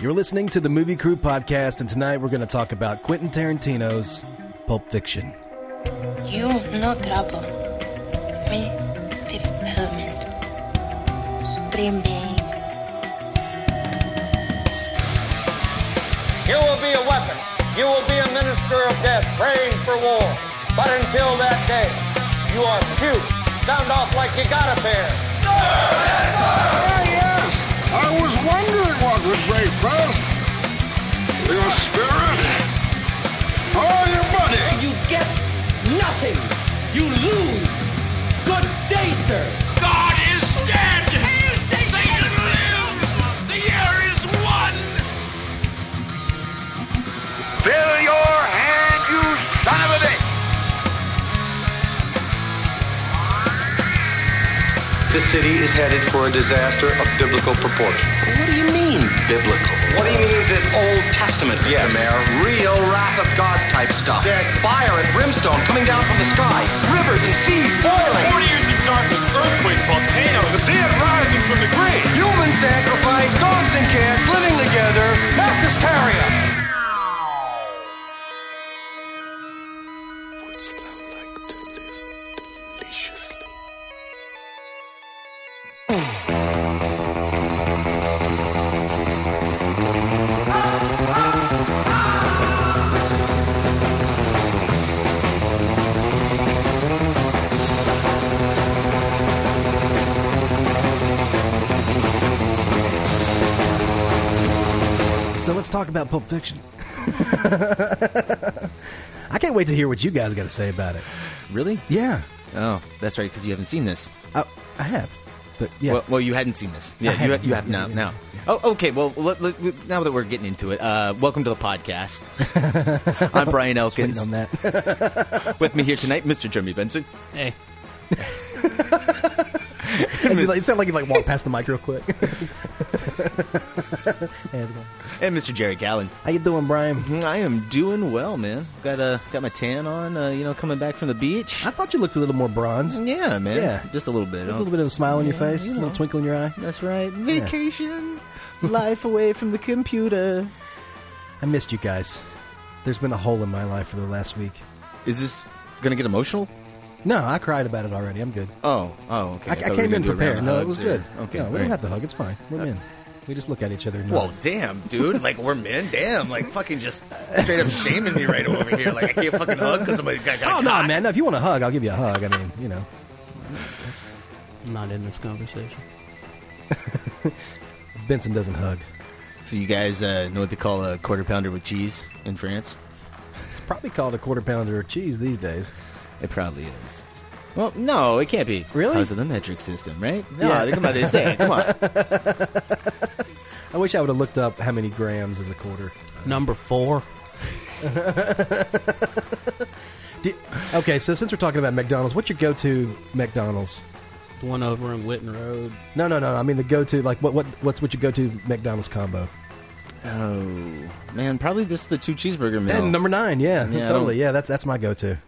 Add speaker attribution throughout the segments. Speaker 1: You're listening to the Movie Crew Podcast, and tonight we're going to talk about Quentin Tarantino's Pulp Fiction.
Speaker 2: You no trouble. Me fifth element. Supreme being.
Speaker 3: You will be a weapon. You will be a minister of death, praying for war. But until that day, you are cute. Sound off like you got a pair.
Speaker 4: Ah, yes. I was wondering what would break first. Your spirit or your money?
Speaker 5: You get nothing. You lose. Good day, sir.
Speaker 6: God is dead! Satan lives! The year is one! Fill your hand, you son of a bitch!
Speaker 7: The city is headed for a disaster of biblical proportion. What do you mean, biblical? What he means is Old Testament, Mr. Mayor. Real wrath of God type stuff. Fire and brimstone coming down from the skies. Rivers and seas boiling.
Speaker 8: 40 years of darkness, earthquakes, volcanoes, the dead rising from the grave.
Speaker 7: Human sacrifice, dogs and cats living together. Mass hysteria.
Speaker 1: So let's talk about Pulp Fiction. I can't wait to hear what you guys got to say about it.
Speaker 9: Really?
Speaker 1: Yeah,
Speaker 9: Oh, that's right, because you haven't seen this.
Speaker 1: I, I have, but yeah,
Speaker 9: Well, well, you hadn't seen this. Yeah, you,
Speaker 1: haven't.
Speaker 9: you have now.
Speaker 1: Yeah,
Speaker 9: Now. Oh, okay. Well, let, let- we- now that we're getting into it, uh, welcome to the podcast. I'm Brian
Speaker 1: waiting
Speaker 9: Elkins.
Speaker 1: on that.
Speaker 9: With me here tonight, Mr. Jeremy Benson.
Speaker 10: Hey,
Speaker 1: It's like- it sounded like you like walked past the mic real quick. hey, how's it going?
Speaker 9: And Mr. Jerry Gallen. Mm,
Speaker 1: How you doing, Brian?
Speaker 9: I am doing well, man. Got uh, got my tan on, uh, you know, coming back from the beach. Mm,
Speaker 1: I thought you looked a little more bronze. There's
Speaker 9: yeah, man.
Speaker 1: Yeah.
Speaker 9: Just a little bit.
Speaker 1: a
Speaker 9: huh?
Speaker 1: little bit of a smile on your face,
Speaker 9: you
Speaker 1: a little
Speaker 9: know.
Speaker 1: twinkle in your eye.
Speaker 9: That's right. Vacation. Life away from the computer.
Speaker 1: I missed you guys. There's been a hole in my life for the last week.
Speaker 9: Is this going to get emotional?
Speaker 1: No, I cried about it already. I'm good.
Speaker 9: Oh, oh, okay.
Speaker 1: I, I
Speaker 9: thought we were
Speaker 1: came
Speaker 9: gonna
Speaker 1: in
Speaker 9: do a round
Speaker 1: prepared.
Speaker 9: of
Speaker 1: No, it
Speaker 9: hugs
Speaker 1: was
Speaker 9: or-
Speaker 1: good.
Speaker 9: Okay,
Speaker 1: no,
Speaker 9: all
Speaker 1: we
Speaker 9: right.
Speaker 1: don't have to hug. It's fine. We're men. We just look at each other. And
Speaker 9: Well, damn, dude. Like, we're men. Damn. Like, fucking just straight up shaming me right over here. Like, I can't fucking hug because somebody got, got
Speaker 1: oh
Speaker 9: a
Speaker 1: no,
Speaker 9: cock.
Speaker 1: man. No, if you want a hug, I'll give you a hug. I mean, you know.
Speaker 10: I'm not in this conversation.
Speaker 1: Benson doesn't hug.
Speaker 9: So, you guys uh, know what they call a quarter pounder with cheese in France?
Speaker 1: It's probably called a quarter pounder of cheese these days.
Speaker 9: It probably is. Well, no, it can't be.
Speaker 1: Really?
Speaker 9: Because of the metric system, right? No,
Speaker 1: Yeah.
Speaker 9: come on, they say it. Come on.
Speaker 1: I wish I would have looked up how many grams is a quarter.
Speaker 10: Number four.
Speaker 1: Do- okay, so since we're talking about McDonald's, what's your go-to McDonald's?
Speaker 10: The one over in Witten Road.
Speaker 1: No, no, no. I mean the go-to. Like, what, what, what's what your go-to McDonald's combo?
Speaker 9: Oh, man. Probably just the two cheeseburger meal.
Speaker 1: And number nine, yeah,
Speaker 9: Yeah, I
Speaker 1: totally,
Speaker 9: don't-
Speaker 1: yeah. That's that's my go-to.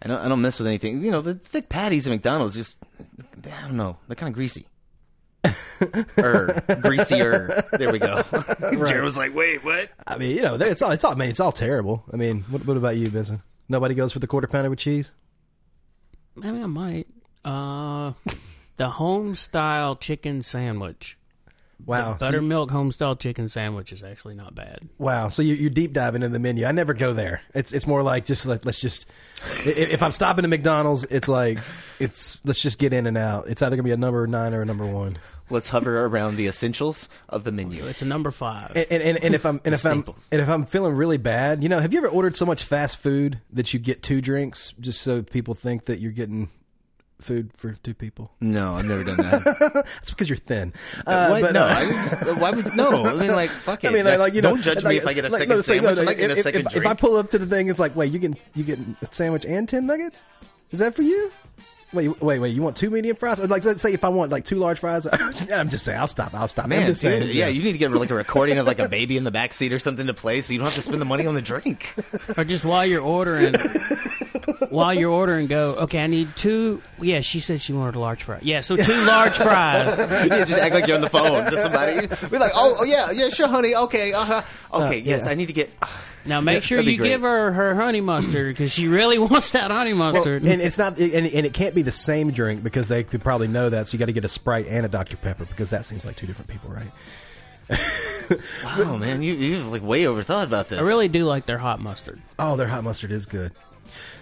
Speaker 9: I, don't, I don't mess with anything. You know, the thick patties at McDonald's just, I don't know, they're kind of greasy. or Er, greasier. There we go. Jared was like, wait, what?
Speaker 1: I mean, you know, they- it's all it's all I mean, it's all terrible. I mean, what, what about you, Benson? Nobody goes for the quarter pounder with cheese.
Speaker 10: I mean, I might. Uh, the home style chicken sandwich.
Speaker 9: Oh,
Speaker 1: Wow, so you-
Speaker 10: Buttermilk home style chicken sandwich is actually not bad.
Speaker 1: wow. So you, you're deep diving in the menu. I never go there. It's it's more like just like let's just i- if I'm stopping at McDonald's, it's like it's let's just get in and out. It's either gonna be a number nine or a number one.
Speaker 9: Let's hover around the essentials of the menu.
Speaker 10: It's a number five.
Speaker 1: And and, and, and if I'm and if I'm
Speaker 9: Staples.
Speaker 1: and if I'm feeling really bad, you know, have you ever ordered so much fast food that you get two drinks just so people think that you're getting food for two people?
Speaker 9: No, I've never done that.
Speaker 1: That's because you're thin. Uh,
Speaker 9: What?
Speaker 1: but,
Speaker 9: no,
Speaker 1: uh,
Speaker 9: I would just, why would no? I mean, like, fuck it.
Speaker 1: I mean, like, like, you know,
Speaker 9: don't judge
Speaker 1: like-
Speaker 9: me if I get a
Speaker 1: like,
Speaker 9: second
Speaker 1: no, say- no,
Speaker 9: sandwich.
Speaker 1: no,
Speaker 9: I'm not getting
Speaker 1: if,
Speaker 9: a second
Speaker 1: if,
Speaker 9: drink.
Speaker 1: If I pull up to the thing, it's like, wait, you getting you getting a sandwich and ten nuggets? Is that for you? Wait, wait, wait. You want two medium fries? Or like, let's say if I want like two large fries, I'm just saying, I'll stop. I'll stop.
Speaker 9: Man,
Speaker 1: I'm just saying,
Speaker 9: dude, yeah, you need to get like a recording of like a baby in the back seat or something to play, so you don't have to spend the money on the drink.
Speaker 10: or just while you're ordering, while you're ordering, go, okay, I need two. Yeah, she said she wanted a large fry. Yeah, so two large fries.
Speaker 9: yeah, just act like you're on the phone to somebody. We're like, oh, oh yeah, yeah, sure, honey. Okay, uh-huh. okay, yes, I need to get.
Speaker 10: Now make sure
Speaker 9: that'd be
Speaker 10: you
Speaker 9: great.
Speaker 10: give her her honey mustard because she really wants that honey mustard.
Speaker 1: and it's not, and, and it can't be the same drink because they could probably know that. So you got to get a Sprite and a Dr Pepper because that seems like two different people, right?
Speaker 9: Wow, man, you you like way overthought about this.
Speaker 10: I really do like their hot mustard.
Speaker 1: Oh, their hot mustard is good.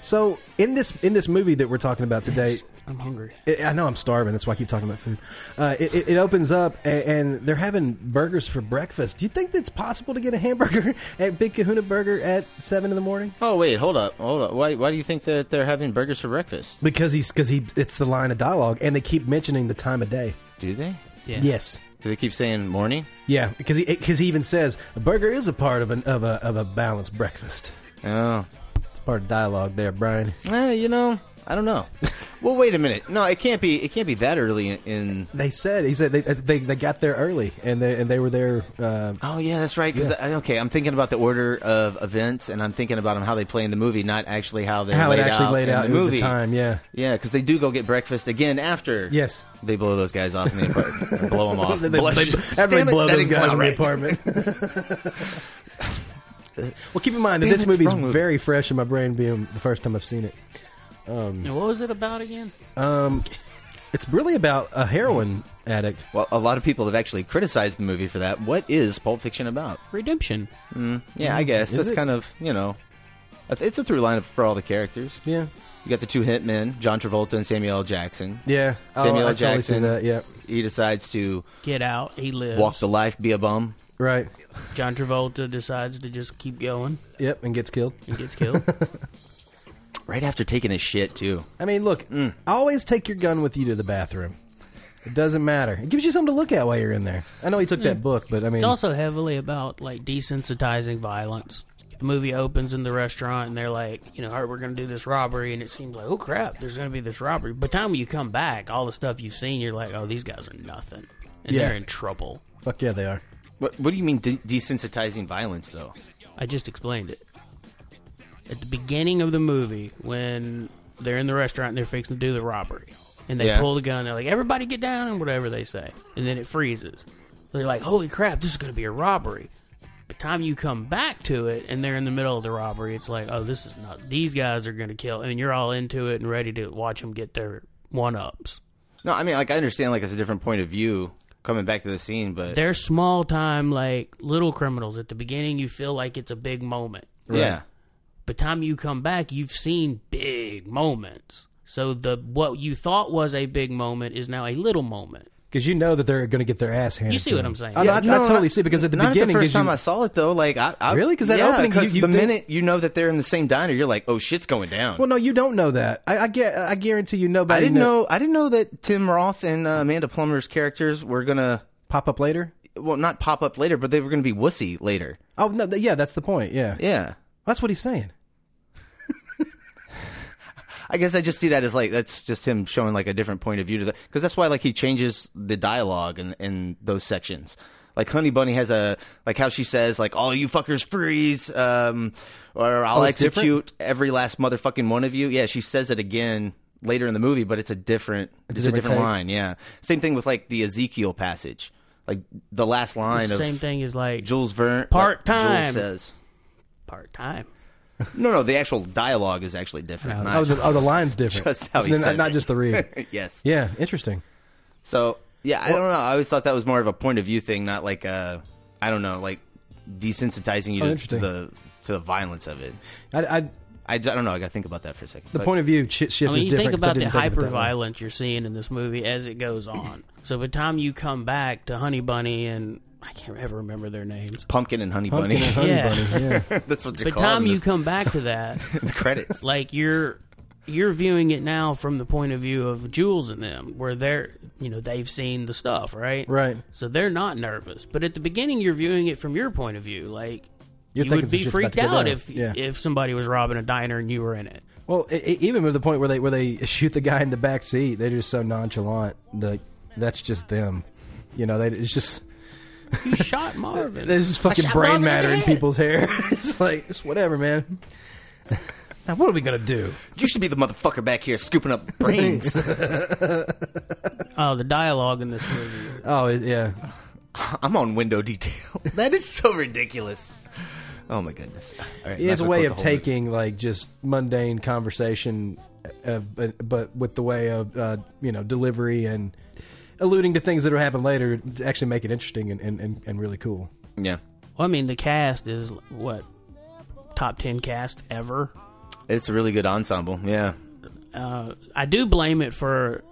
Speaker 1: So in this in this movie that we're talking about today,
Speaker 10: I'm hungry.
Speaker 1: I I know I'm starving. That's why I keep talking about food. Uh, it, it, it opens up, and, and they're having burgers for breakfast. Do you think that's possible to get a hamburger at Big Kahuna Burger at seven in the morning?
Speaker 9: Oh wait, hold up, hold up. Why why do you think that they're having burgers for breakfast?
Speaker 1: Because he's because he it's the line of dialogue, and they keep mentioning the time of day.
Speaker 9: Do they?
Speaker 10: Yeah.
Speaker 1: Yes,
Speaker 9: Do they keep saying morning?
Speaker 1: yeah, because he because he even says a burger is a part of an of a of a balanced breakfast.
Speaker 9: Oh,
Speaker 1: It's part of dialogue there, Brian.
Speaker 9: eh, you know, I don't know. well, wait a minute. No, it can't be. It can't be that early in. in
Speaker 1: They said he said they they, they got there early, and they and they were there. Uh,
Speaker 9: Oh yeah, that's right. Because okay, I'm thinking about the order of events, and I'm thinking about 'em how they play in the movie, not actually how they
Speaker 1: how it
Speaker 9: laid
Speaker 1: actually
Speaker 9: out
Speaker 1: laid
Speaker 9: in
Speaker 1: out
Speaker 9: the
Speaker 1: at
Speaker 9: movie
Speaker 1: the time, yeah.
Speaker 9: Yeah, because they do go get breakfast again after.
Speaker 1: Yes.
Speaker 9: they blow those guys off in the apartment, and blow them off.
Speaker 1: They, they,
Speaker 9: Blush.
Speaker 1: they, after they
Speaker 9: Damn it,
Speaker 1: blow
Speaker 9: that
Speaker 1: those
Speaker 9: didn't come
Speaker 1: guys
Speaker 9: out
Speaker 1: in the
Speaker 9: right.
Speaker 1: apartment. well, keep in mind that
Speaker 9: Damn
Speaker 1: this
Speaker 9: it,
Speaker 1: movie's
Speaker 9: wrong movie.
Speaker 1: very fresh in my brain, being the first time I've seen it.
Speaker 10: Now, what was it about again?
Speaker 1: Um, it's really about a heroin addict.
Speaker 9: Well, a lot of people have actually criticized the movie for that. What is Pulp Fiction about?
Speaker 10: Redemption.
Speaker 9: Yeah, I guess
Speaker 1: Mm, Is
Speaker 9: that's
Speaker 1: it?
Speaker 9: kind of you know, it's a through line for all the characters.
Speaker 1: Yeah,
Speaker 9: You got the two hitmen, John Travolta and Samuel L. Jackson.
Speaker 1: yeah.
Speaker 9: Samuel
Speaker 1: oh, I
Speaker 9: L. Jackson.
Speaker 1: Totally see that. Yeah,
Speaker 9: He decides to
Speaker 10: Get out. He lives.
Speaker 9: walk the life, be a bum.
Speaker 1: right.
Speaker 10: John Travolta decides to just keep going
Speaker 1: Yep, and gets killed.
Speaker 10: and gets killed.
Speaker 9: Right after taking his shit too.
Speaker 1: I mean, look,
Speaker 9: Mm.
Speaker 1: always take your gun with you to the bathroom. It doesn't matter. It gives you something to look at while you're in there. I know he took
Speaker 9: Mm.
Speaker 1: that book, but I mean,
Speaker 10: It's also heavily about like desensitizing violence. The movie opens in the restaurant and they're like, you know, all right, we're going to do this robbery, and it seems like, oh crap, there's going to be this robbery. By the time you come back, all the stuff you've seen, you're like, oh, these guys are nothing, and
Speaker 1: Yeah.
Speaker 10: they're in trouble.
Speaker 1: fuck yeah, they are.
Speaker 9: What, what do you mean de- desensitizing violence though?
Speaker 10: I just explained it. At the beginning of the movie, when they're in the restaurant and they're fixing to do the robbery, and they
Speaker 9: Yeah.
Speaker 10: pull the gun, they're like, everybody get down, and whatever they say. And then it freezes. They're like, holy crap, this is going to be a robbery. By the time you come back to it and they're in the middle of the robbery, it's like, oh, this is not, these guys are going to kill. And you're all into it and ready to watch them get their one ups.
Speaker 9: No, I mean like I understand like it's a different point of view coming back to the scene, but
Speaker 10: They're small time, like little criminals. At the beginning, you feel like it's a big moment.
Speaker 9: yeah.
Speaker 10: by the time you come back, you've seen big moments. So the what you thought was a big moment is now a little moment.
Speaker 1: Because you know that they're going to get their ass handed.
Speaker 10: You see
Speaker 1: to
Speaker 10: what
Speaker 1: them.
Speaker 10: I'm saying?
Speaker 1: I,
Speaker 10: Yeah,
Speaker 1: I, I totally see because at the
Speaker 9: not
Speaker 1: beginning,
Speaker 9: the first
Speaker 1: gives you-
Speaker 9: time I saw it though, like I, I
Speaker 1: Really? 'Cause that
Speaker 9: yeah,
Speaker 1: opening, you-
Speaker 9: 'cause
Speaker 1: you
Speaker 9: the
Speaker 1: think-
Speaker 9: minute you know that they're in the same diner, you're like, oh shit's going down.
Speaker 1: well, no, you don't know that. I, I get. I guarantee you, nobody.
Speaker 9: I didn't
Speaker 1: kno-
Speaker 9: know. I didn't know that Tim Roth and uh, Amanda Plummer's characters were gonna
Speaker 1: Pop up later.
Speaker 9: well not pop up later, but they were gonna be wussy later.
Speaker 1: Oh no! th- yeah, that's the point. Yeah,
Speaker 9: Yeah,
Speaker 1: that's what he's saying.
Speaker 9: I guess I just see that as like that's just him showing like a different point of view to that because that's why like he changes the dialogue in in those sections. Like Honey Bunny has a like how she says like all you fuckers freeze um or I'll
Speaker 1: Oh, it's different?
Speaker 9: execute every last motherfucking one of you. Yeah, she says it again later in the movie, but it's a different it's, a
Speaker 1: different
Speaker 9: different
Speaker 1: take.
Speaker 9: line. Yeah, same thing with like the Ezekiel passage, like the last line of
Speaker 10: Same thing is like
Speaker 9: Jules Verne.
Speaker 10: Part-time.
Speaker 9: Jules says.
Speaker 10: part time.
Speaker 9: No, no, the actual dialogue is actually different.
Speaker 1: Oh,
Speaker 9: Not,
Speaker 1: the, oh, the line's different.
Speaker 9: Just how he
Speaker 1: It's not,
Speaker 9: says
Speaker 1: not
Speaker 9: it.
Speaker 1: just the read.
Speaker 9: yes.
Speaker 1: yeah, interesting.
Speaker 9: So yeah, I don't know. I always thought that was more of a point of view thing, not like I I don't know, like desensitizing you
Speaker 1: Oh,
Speaker 9: to,
Speaker 1: interesting.
Speaker 9: the to the violence of it.
Speaker 1: I, I
Speaker 9: I, d- I don't know. I got to think about that for a second.
Speaker 1: the point of view ch- shift
Speaker 10: I mean,
Speaker 1: is
Speaker 10: you
Speaker 1: different.
Speaker 10: think
Speaker 1: 'cause I
Speaker 10: about the
Speaker 1: didn't think of it
Speaker 10: hyper
Speaker 1: that way.
Speaker 10: violence you're seeing in this movie as it goes on. so by the time you come back to Honey Bunny and I can't ever remember their names.
Speaker 9: pumpkin and honey
Speaker 1: Pumpkin
Speaker 9: bunny.
Speaker 1: and honey
Speaker 10: Yeah.
Speaker 1: bunny, yeah.
Speaker 9: That's what
Speaker 10: By
Speaker 9: they
Speaker 10: the
Speaker 9: call them,
Speaker 10: time you
Speaker 9: this-
Speaker 10: come back to that,
Speaker 9: the credits.
Speaker 10: like you're you're viewing it now from the point of view of Jules and them, where they're you know they've seen the stuff, right?
Speaker 1: Right.
Speaker 10: So they're not nervous, but at the beginning you're viewing it from your point of view, like
Speaker 1: You're
Speaker 10: you
Speaker 1: thinking some
Speaker 10: would be
Speaker 1: shit's
Speaker 10: freaked
Speaker 1: about
Speaker 10: out
Speaker 1: to go
Speaker 10: if
Speaker 1: down. Yeah.
Speaker 10: if somebody was robbing a diner and you were in it.
Speaker 1: Well, i i even with the point where they where they shoot the guy in the back seat, they're just so nonchalant. Like that's just them. You know, they it's just
Speaker 10: You shot Marvin.
Speaker 1: there's just fucking brain matter in people's hair. it's like it's whatever, man. Now, what are we gonna do?
Speaker 9: You should be the motherfucker back here scooping up brains.
Speaker 10: Oh, the dialogue in this movie.
Speaker 1: oh yeah.
Speaker 9: I'm on window detail. that is so ridiculous. Oh my goodness. All right,
Speaker 1: It is a
Speaker 9: not gonna
Speaker 1: way
Speaker 9: quote
Speaker 1: of
Speaker 9: the whole movie.
Speaker 1: taking like just mundane conversation, uh, but, but with the way of uh, you know delivery and alluding to things that will happen later to actually make it interesting and, and, and, and really cool.
Speaker 9: Yeah.
Speaker 10: Well, I mean, the cast is what top ten cast ever.
Speaker 9: It's a really good ensemble. Yeah.
Speaker 10: Uh, I do blame it for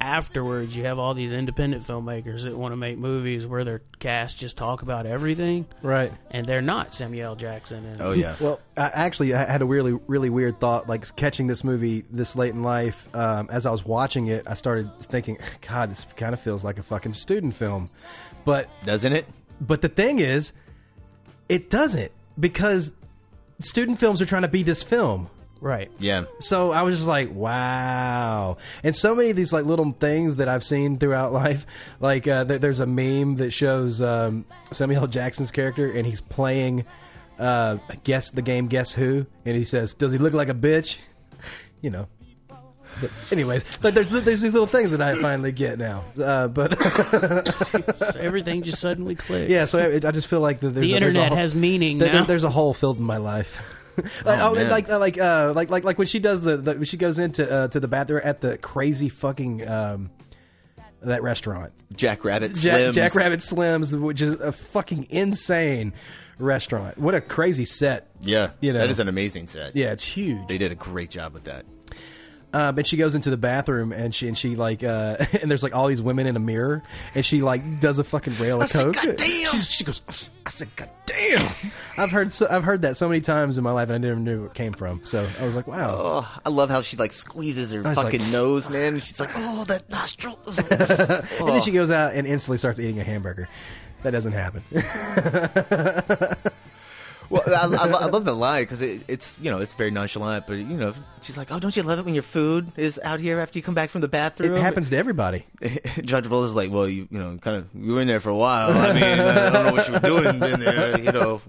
Speaker 10: afterwards. You have all these independent filmmakers that want to make movies where their cast just talk about everything,
Speaker 1: Right.
Speaker 10: and they're not Samuel L. Jackson. And
Speaker 9: Oh yeah.
Speaker 1: Well, I actually I had a really really weird thought like catching this movie this late in life. Um, as I was watching it, I started thinking, God, this kind of feels like a fucking student film. But
Speaker 9: Doesn't it?
Speaker 1: but the thing is, it doesn't because student films are trying to be this film.
Speaker 10: right.
Speaker 9: Yeah.
Speaker 1: So I was just like, wow. And so many of these like little things that I've seen throughout life, like uh, there there's a meme that shows um, Samuel L. Jackson's character and he's playing uh, guess the game Guess Who, and he says, "Does he look like a bitch?" You know. But anyways, like there's there's these little things that I finally get now. Uh, but
Speaker 10: So everything just suddenly clicks.
Speaker 1: yeah, so I, I just feel like that there's
Speaker 10: The
Speaker 1: a, there's a
Speaker 10: internet
Speaker 1: whole-
Speaker 10: has meaning
Speaker 1: there- there-
Speaker 10: now.
Speaker 1: there's a hole filled in my life. like, oh,
Speaker 9: man.
Speaker 1: like like uh, like like like when she does the, the when she goes into uh, to the bathroom at the crazy fucking um, that restaurant
Speaker 9: Jack Rabbit
Speaker 1: Jack,
Speaker 9: Slims.
Speaker 1: Jack Rabbit Slims, which is a fucking insane restaurant. What a crazy set!
Speaker 9: Yeah.
Speaker 1: You know.
Speaker 9: That is an amazing set.
Speaker 1: Yeah, it's huge.
Speaker 9: They did a great job with that.
Speaker 1: Um, and she goes into the bathroom and she and she like uh, and there's like all these women in a mirror and she like does a fucking rail of coke. She, she goes, I s- I said, God damn. I've heard so, I've heard that so many times in my life and I never knew where it came from. So I was like, wow.
Speaker 9: Oh, I love how she like squeezes her
Speaker 1: I was
Speaker 9: fucking
Speaker 1: like-
Speaker 9: nose, man. And she's like, "Oh, that nostril."
Speaker 1: And then she goes out and instantly starts eating a hamburger. That doesn't happen.
Speaker 9: Well, I, I, lo- I love the line because it, it's you know it's very nonchalant, but you know she's like, "Oh, don't you love it when your food is out here after you come back from the
Speaker 1: it
Speaker 9: bathroom?"
Speaker 1: happens to everybody.
Speaker 9: John Travolta's like, "Well, you you know kind of you were in there for a while. I mean, I don't know what you were doing in there. You know,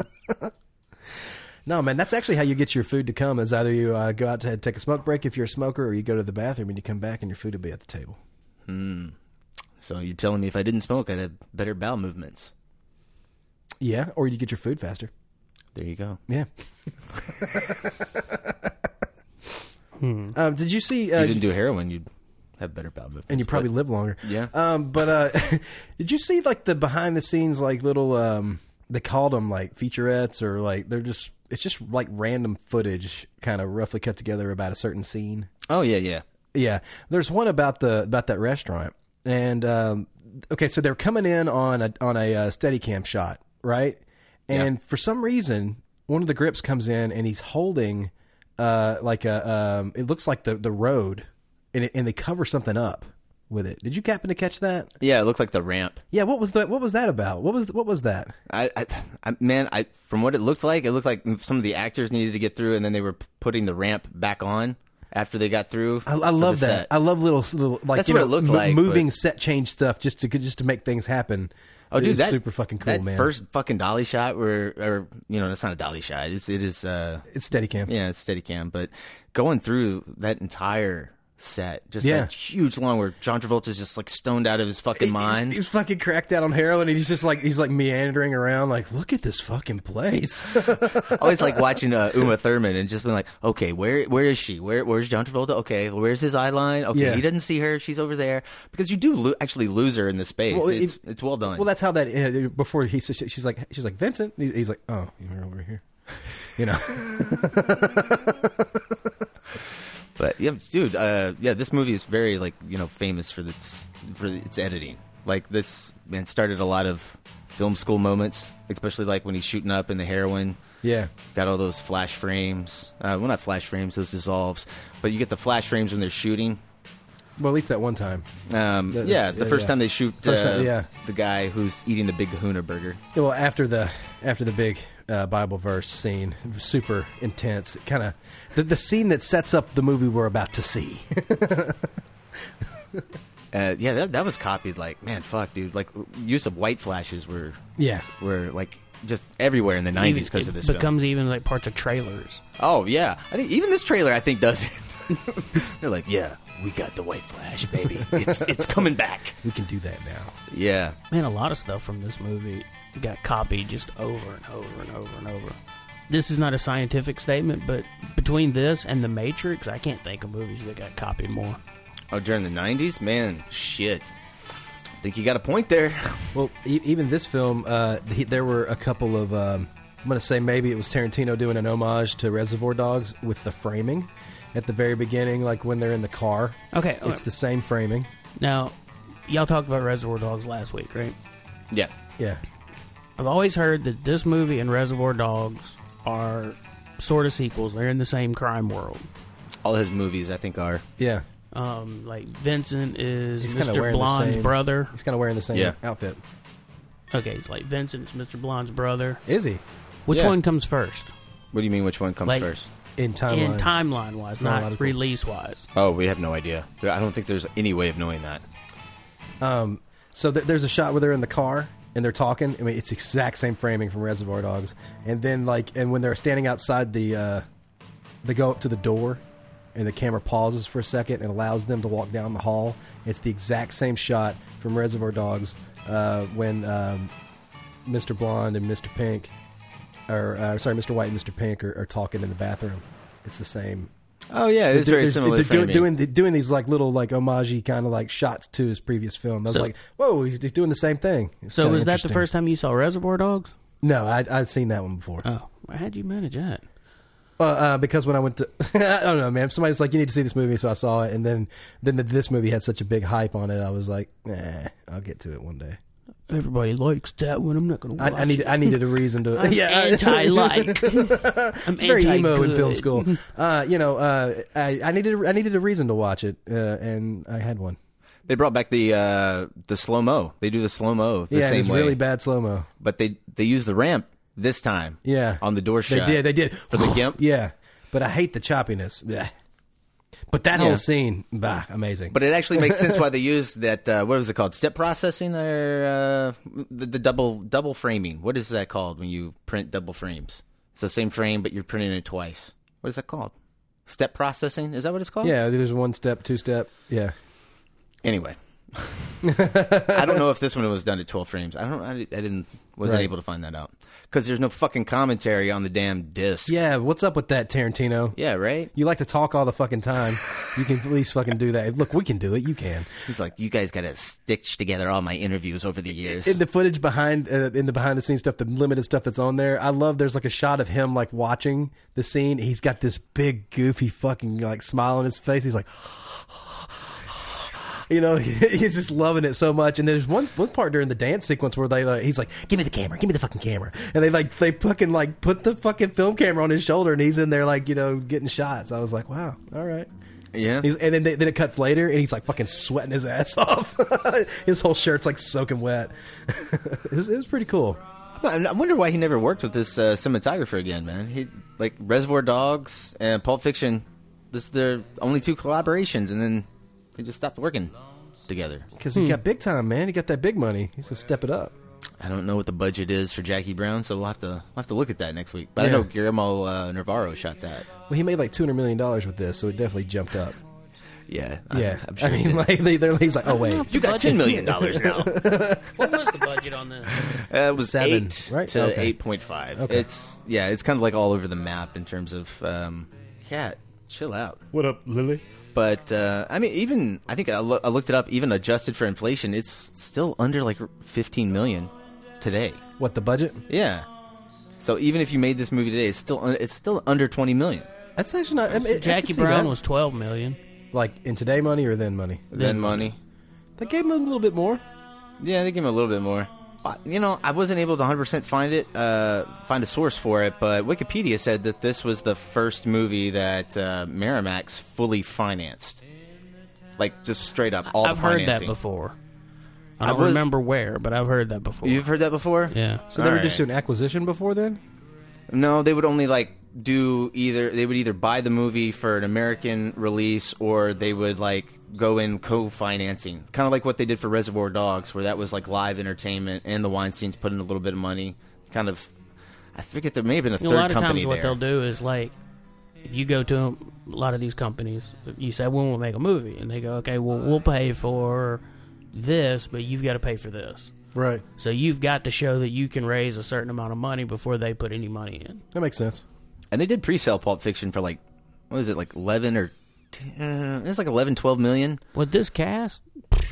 Speaker 1: No, man, that's actually how you get your food to come is either you uh, go out to take a smoke break if you're a smoker or you go to the bathroom and you come back and your food will be at the table.
Speaker 9: So you're telling me if I didn't smoke, I'd have better bowel movements.
Speaker 1: Yeah, or you get your food faster.
Speaker 9: There you go.
Speaker 1: Yeah. um, did you see? Uh,
Speaker 9: If you didn't do heroin, you'd have better bowel movements.
Speaker 1: and you probably
Speaker 9: but
Speaker 1: live longer.
Speaker 9: Yeah.
Speaker 1: Um, but uh, did you see like the behind the scenes like little um they called them like featurettes or like they're just it's just like random footage kind of roughly cut together about a certain scene.
Speaker 9: Oh yeah, yeah.
Speaker 1: Yeah, there's one about the about that restaurant, and um, okay, so they're coming in on a on a uh, Steadicam shot, right? And for some reason, one of the grips comes in and he's holding uh, like a um, it looks like the the road, and it, and they cover something up with it. Did you happen to catch that?
Speaker 9: Yeah, it looked like the ramp.
Speaker 1: Yeah, what was that? What was that about? What was what was that?
Speaker 9: I, I, I, man, I from what it looked like, it looked like some of the actors needed to get through, and then they were p- putting the ramp back on after they got through.
Speaker 1: I,
Speaker 9: for
Speaker 1: I love
Speaker 9: the
Speaker 1: that.
Speaker 9: set.
Speaker 1: I love little little like
Speaker 9: That's
Speaker 1: you
Speaker 9: what
Speaker 1: know,
Speaker 9: it looked
Speaker 1: mo-
Speaker 9: like,
Speaker 1: moving
Speaker 9: but-
Speaker 1: set change stuff just to just to make things happen.
Speaker 9: Oh, dude,
Speaker 1: It's
Speaker 9: that
Speaker 1: super fucking cool,
Speaker 9: that
Speaker 1: man.
Speaker 9: First fucking dolly shot, where, or you know, it's not a dolly shot. It's it is. Uh,
Speaker 1: it's Steadicam.
Speaker 9: Yeah, it's Steadicam, but going through that entire set, just
Speaker 1: Yeah.
Speaker 9: that huge long where John Travolta's just like stoned out of his fucking mind.
Speaker 1: He's, he's fucking cracked out on heroin, and he's just like he's like meandering around, like, look at this fucking place.
Speaker 9: Always like watching uh, Uma Thurman and just being like, okay, where where is she? Where where's John Travolta? Okay, where's his eye line? Okay,
Speaker 1: Yeah.
Speaker 9: he doesn't see her. She's over there because you do lo- actually lose her in the space.
Speaker 1: Well,
Speaker 9: it's
Speaker 1: it-
Speaker 9: it's well done.
Speaker 1: well, that's how that uh, before he says- she's like she's like Vincent. And he's- He's like, oh, you're over here, you know.
Speaker 9: but yeah, dude, uh, yeah, this movie is very like you know famous for its for its editing. Like this, man, started a lot of film school moments, especially like when he's shooting up in the heroin.
Speaker 1: yeah,
Speaker 9: Got all those flash frames. Uh, well, not flash frames; those dissolves. But you get the flash frames when they're shooting.
Speaker 1: well, at least that one time.
Speaker 9: Um,
Speaker 1: The- the-
Speaker 9: yeah, the
Speaker 1: yeah,
Speaker 9: first
Speaker 1: yeah.
Speaker 9: time they shoot uh,
Speaker 1: First time, yeah.
Speaker 9: the guy who's eating the big kahuna burger.
Speaker 1: Yeah, well, after the after the big uh, Bible verse scene, it was super intense. Kind of the the scene that sets up the movie we're about to see.
Speaker 9: Uh, yeah, that, that was copied. Like, man, fuck, dude. Like, use of white flashes were
Speaker 1: yeah,
Speaker 9: were like just everywhere in the '90s
Speaker 10: Even-
Speaker 9: because of
Speaker 10: it
Speaker 9: this. film.
Speaker 10: becomes even like parts of trailers.
Speaker 9: Oh yeah, I think even this trailer I think does it. They're like, yeah, we got the White Flash, baby. It's it's coming back.
Speaker 1: We can do that now.
Speaker 9: Yeah,
Speaker 10: Man, a lot of stuff from this movie got copied just over and over and over and over. This is not a scientific statement, but between this and The Matrix, I can't think of movies that got copied more.
Speaker 9: Oh, during the '90s, man, shit. I think you got a point there.
Speaker 1: Well, e- even this film, uh, he, there were a couple of. Um, I'm going to say maybe it was Tarantino doing an homage to Reservoir Dogs with the framing at the very beginning, like when they're in the car.
Speaker 10: Okay,
Speaker 1: it's
Speaker 10: alright.
Speaker 1: the same framing.
Speaker 10: Now, y'all talked about Reservoir Dogs last week, right?
Speaker 9: Yeah,
Speaker 1: yeah.
Speaker 10: I've always heard that this movie and Reservoir Dogs are sort of sequels. They're in the same crime world.
Speaker 9: All his movies, I think, are
Speaker 1: Yeah,
Speaker 10: Um, like Vincent is
Speaker 1: He's kinda
Speaker 10: Mr.
Speaker 1: wearing the
Speaker 10: Blonde's
Speaker 1: same-
Speaker 10: brother.
Speaker 1: He's kind of wearing the same
Speaker 9: Yeah.
Speaker 1: outfit.
Speaker 10: Okay, it's like Vincent's Mr. Blonde's brother.
Speaker 1: Is he?
Speaker 10: Which
Speaker 9: Yeah.
Speaker 10: one comes first?
Speaker 9: What do you mean? Which one comes
Speaker 10: Like-
Speaker 9: first?
Speaker 1: In timeline.
Speaker 10: In timeline wise, not
Speaker 1: Chronological.
Speaker 10: release wise.
Speaker 9: Oh, we have no idea. There- I don't think there's any way of knowing that.
Speaker 1: Um, so th- there's a shot where they're in the car and they're talking. I mean, it's exact same framing from Reservoir Dogs. And then like, and when they're standing outside the, uh, they go up to the door, and the camera pauses for a second and allows them to walk down the hall. It's the exact same shot from Reservoir Dogs uh, when um, Mr. Blonde and Mr. Pink, or uh, sorry, Mr. White and Mr. Pink are, are talking in the bathroom. It's the same.
Speaker 9: Oh yeah, it's very
Speaker 1: There's-
Speaker 9: similar.
Speaker 1: They're doing,
Speaker 9: framing.
Speaker 1: doing the- doing these like little like homage kind of like shots to his previous film. I was
Speaker 10: So-
Speaker 1: like, whoa, he's, he's doing the same thing. It's
Speaker 10: So
Speaker 1: kinda
Speaker 10: was that the
Speaker 1: interesting.
Speaker 10: first time you saw Reservoir Dogs?
Speaker 1: No, I, I'd seen that one before.
Speaker 10: Oh, how'd you manage that?
Speaker 1: Uh, uh, because when I went to, I don't know, man. Somebody was like, "You need to see this movie," so I saw it, and then then the, this movie had such a big hype on it. I was like, "Nah, I'll get to it one day."
Speaker 10: Everybody likes that one. I'm not gonna
Speaker 1: I,
Speaker 10: watch.
Speaker 1: I need
Speaker 10: it.
Speaker 1: I needed a reason to.
Speaker 10: I'm
Speaker 1: yeah, I-
Speaker 10: anti-like. I'm
Speaker 1: It's very emo in film
Speaker 10: anti-good.
Speaker 1: school. Uh, you know, uh, I, I needed I needed a reason to watch it, uh, and I had one.
Speaker 9: They brought back the uh, the slow mo. They do the slow mo the
Speaker 1: yeah,
Speaker 9: same
Speaker 1: it was
Speaker 9: way,
Speaker 1: really bad slow mo.
Speaker 9: but they they use the ramp this time.
Speaker 1: Yeah.
Speaker 9: on the door
Speaker 1: They
Speaker 9: shot.
Speaker 1: did. They did
Speaker 9: for the gimp.
Speaker 1: Yeah, but I hate the choppiness. Blech. But that
Speaker 9: Yeah.
Speaker 1: whole scene, bah, amazing.
Speaker 9: But it actually makes sense why they used that. Uh, what was it called? Step processing or uh, the, the double double framing? What is that called when you print double frames? It's the same frame, but you're printing it twice. What is that called? Step processing? Is that what it's called?
Speaker 1: yeah, there's one step, two step. Yeah,
Speaker 9: Anyway, I don't know if this one was done at 12 frames. I don't. I, I didn't. Wasn't
Speaker 1: Right.
Speaker 9: able to find that out because there's no fucking commentary on the damn disc.
Speaker 1: yeah. What's up with that, Tarantino?
Speaker 9: Yeah. Right.
Speaker 1: You like to talk all the fucking time. You can at least fucking do that. Look, we can do it. You can.
Speaker 9: He's like, you guys got to stitch together all my interviews over the years.
Speaker 1: In the footage behind, uh, in the behind the scenes stuff, the limited stuff that's on there, I love. There's like a shot of him like watching the scene. He's got this big goofy fucking like smile on his face. He's like, you know, he's just loving it so much. And there's one one part during the dance sequence where they like, he's like, "Give me the camera, give me the fucking camera," and they like they fucking like put the fucking film camera on his shoulder, and he's in there like you know getting shots. I was like, wow, all right.
Speaker 9: yeah.
Speaker 1: He's, and then, they, then it cuts later, and he's like fucking sweating his ass off. his whole shirt's like soaking wet. it, was, it was pretty cool.
Speaker 9: I I wonder why he never worked with this uh, cinematographer again, man. He like Reservoir Dogs and Pulp Fiction. This is their only two collaborations, and then they just stopped working together.
Speaker 1: Because he got big time, man. He got that big money. He's going to step it up.
Speaker 9: I don't know what the budget is for Jackie Brown, so we'll have to we'll have to look at that next week. But I
Speaker 1: Yeah.
Speaker 9: know Guillermo uh, Navarro shot that.
Speaker 1: Well, he made like $200 million with this, so it definitely jumped up.
Speaker 9: Yeah,
Speaker 1: yeah.
Speaker 9: I'm, I'm sure.
Speaker 1: I
Speaker 9: he
Speaker 1: mean,
Speaker 9: did.
Speaker 1: like, they, they're, he's like, oh, wait.
Speaker 9: you got ten million dollars now.
Speaker 10: What was the budget on this?
Speaker 9: Uh, it was
Speaker 1: Seven,
Speaker 9: eight
Speaker 1: right?
Speaker 9: to
Speaker 1: Okay.
Speaker 9: eight point five.
Speaker 1: Okay.
Speaker 9: It's yeah, it's kind of like all over the map in terms of um, cat. Chill out.
Speaker 11: What up, Lily?
Speaker 9: But uh, I mean, even I think I, loo- I looked it up. Even adjusted for inflation, it's still under like 15 million today.
Speaker 1: What, the budget?
Speaker 9: Yeah. So even if you made this movie today, it's still un- it's still under 20 million.
Speaker 1: That's actually not. I mean, I could
Speaker 10: Jackie
Speaker 1: see
Speaker 10: Brown
Speaker 1: that.
Speaker 10: was twelve million.
Speaker 1: Like, in today money or then money?
Speaker 9: Then money.
Speaker 1: They gave him a little bit more.
Speaker 9: Yeah, they give him a little bit more. I- You know, I wasn't able to 100% find it, uh, find a source for it, but Wikipedia said that this was the first movie that uh, Miramax fully financed, like just straight up all
Speaker 10: I've
Speaker 9: the
Speaker 10: heard
Speaker 9: financing.
Speaker 10: that before. I
Speaker 9: I
Speaker 10: don't
Speaker 9: was-
Speaker 10: remember where, but I've heard that before.
Speaker 9: You've heard that before?
Speaker 10: yeah.
Speaker 1: So they were
Speaker 9: All
Speaker 1: just
Speaker 9: right.
Speaker 1: doing acquisition before then?
Speaker 9: No, they would only like do either they would either buy the movie for an American release or they would like go in co-financing. Kind of like what they did for Reservoir Dogs where that was like live entertainment and the Weinsteins put in a little bit of money. kind of. I forget there may have been a
Speaker 10: a
Speaker 9: third
Speaker 10: lot of
Speaker 9: company
Speaker 10: times, what
Speaker 9: there.
Speaker 10: they'll do is like, if you go to 'em- a lot of these companies, you say, "We want to make a movie," and they go, "Okay, well, we'll pay for this, but you've got to pay for this."
Speaker 1: Right.
Speaker 10: So you've got to show that you can raise a certain amount of money before they put any money in.
Speaker 1: That makes sense.
Speaker 9: And they did pre-sell Pulp Fiction for like, what was it, like eleven or t- uh, it's like 11, 12 million.
Speaker 10: With this cast,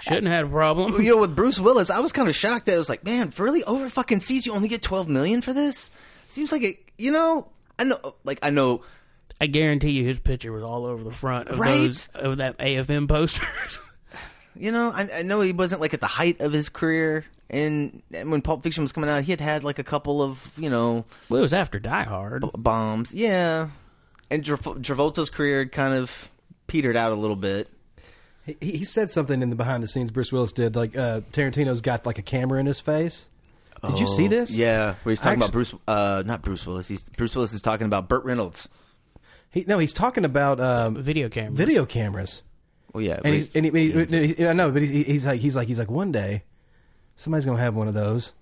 Speaker 10: shouldn't have had a problem.
Speaker 9: You know, with Bruce Willis, I was kind of shocked that it was like, man, for really over fucking seas, you only get twelve million for this. Seems like it. You know, I know, like I know.
Speaker 10: I guarantee you, his picture was all over the front of
Speaker 9: Right?
Speaker 10: those of that AFM posters.
Speaker 9: You know, I, I know he wasn't like at the height of his career, and, and when Pulp Fiction was coming out, he had had like a couple of you know.
Speaker 10: Well, it was after Die Hard.
Speaker 9: bombs, yeah. And Trav- Travolta's career had kind of petered out a little bit.
Speaker 1: He, he said something in the behind the scenes. Bruce Willis did like uh, Tarantino's got like a camera in his face. Did you
Speaker 9: Oh,
Speaker 1: see this?
Speaker 9: Yeah, where he's
Speaker 1: I
Speaker 9: talking
Speaker 1: actu-
Speaker 9: about Bruce. Uh, not Bruce Willis. He's Bruce Willis is talking about Burt Reynolds.
Speaker 1: He, no, he's talking about um,
Speaker 10: video cameras.
Speaker 1: Video cameras.
Speaker 9: Well, yeah,
Speaker 1: Oh,
Speaker 9: but
Speaker 1: and he's, and he, and he- and I know, but he's, he's like, he's like, he's like, one day, somebody's gonna have one of those,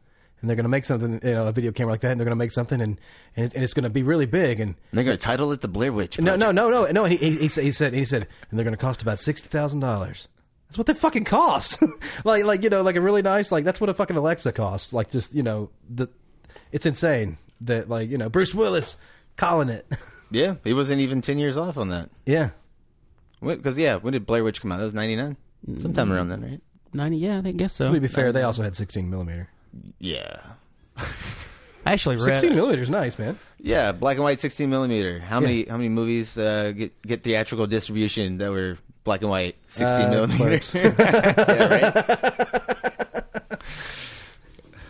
Speaker 1: and they're gonna make something, you know, a video camera like that, and they're gonna make something, and and it's, and it's gonna be really big, and
Speaker 9: they're going to title it the Blair Witch.
Speaker 1: no,
Speaker 9: Project.
Speaker 1: no, no, no, no, and he, he, he said, he said, he said, and they're gonna cost about sixty thousand dollars. That's what they fucking cost. like, like you know, like a really nice, like that's what a fucking Alexa costs. Like, just you know, the, it's insane that like you know Bruce Willis calling it.
Speaker 9: Yeah, he wasn't even ten years off on that.
Speaker 1: yeah,
Speaker 9: Because yeah, when did Blair Witch come out? That was ninety nine, sometime around then, right?
Speaker 10: Ninety, yeah, I guess so.
Speaker 1: to be fair, they also had sixteen millimeter.
Speaker 9: Yeah,
Speaker 10: I actually read.
Speaker 1: Sixteen millimeter is nice, man.
Speaker 9: yeah, black and white, sixteen millimeter. How many how many movies uh, get get theatrical distribution that were black and white, sixteen
Speaker 1: Uh,
Speaker 9: millimeters?
Speaker 1: Clerks.
Speaker 9: yeah, right.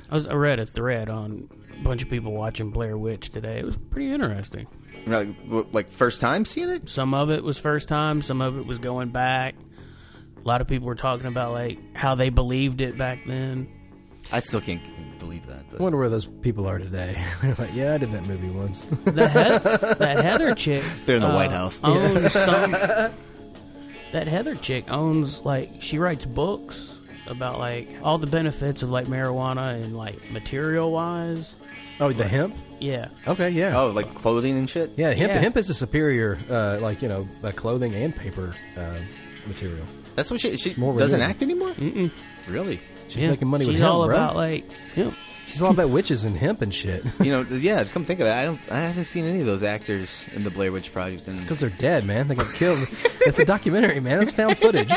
Speaker 10: I, was, I read a thread on a bunch of people watching Blair Witch today. It was pretty interesting.
Speaker 9: Like, w- like first time seeing it.
Speaker 10: Some of it was first time, some of it was going back. A lot of people were talking about like how they believed it back then.
Speaker 9: I still can't believe that. But.
Speaker 1: I wonder where those people are today. They're like, yeah, I did that movie once.
Speaker 10: That, he- that Heather chick. uh,
Speaker 9: They're in the White House.
Speaker 10: Owns some, that Heather chick owns like she writes books about like all the benefits of like marijuana and like material wise.
Speaker 1: oh, the hemp.
Speaker 10: Yeah.
Speaker 1: Okay, yeah,
Speaker 9: Oh, like clothing and shit.
Speaker 1: yeah. Hemp,
Speaker 10: yeah.
Speaker 1: hemp is a superior, uh, like you know, uh, clothing and paper uh, material.
Speaker 9: That's what she she
Speaker 1: more
Speaker 9: doesn't
Speaker 1: renewable.
Speaker 9: act anymore. Mm-mm. Really?
Speaker 1: She's making money
Speaker 10: She's
Speaker 1: with hemp,
Speaker 10: all
Speaker 1: bro.
Speaker 10: about like hemp.
Speaker 1: She's all about witches and hemp and shit
Speaker 9: You know? Yeah. Come think of it. I don't. I haven't seen any of those actors in the Blair Witch Project. And
Speaker 1: because they're dead, man. They got killed. That's a documentary, man. That's found footage.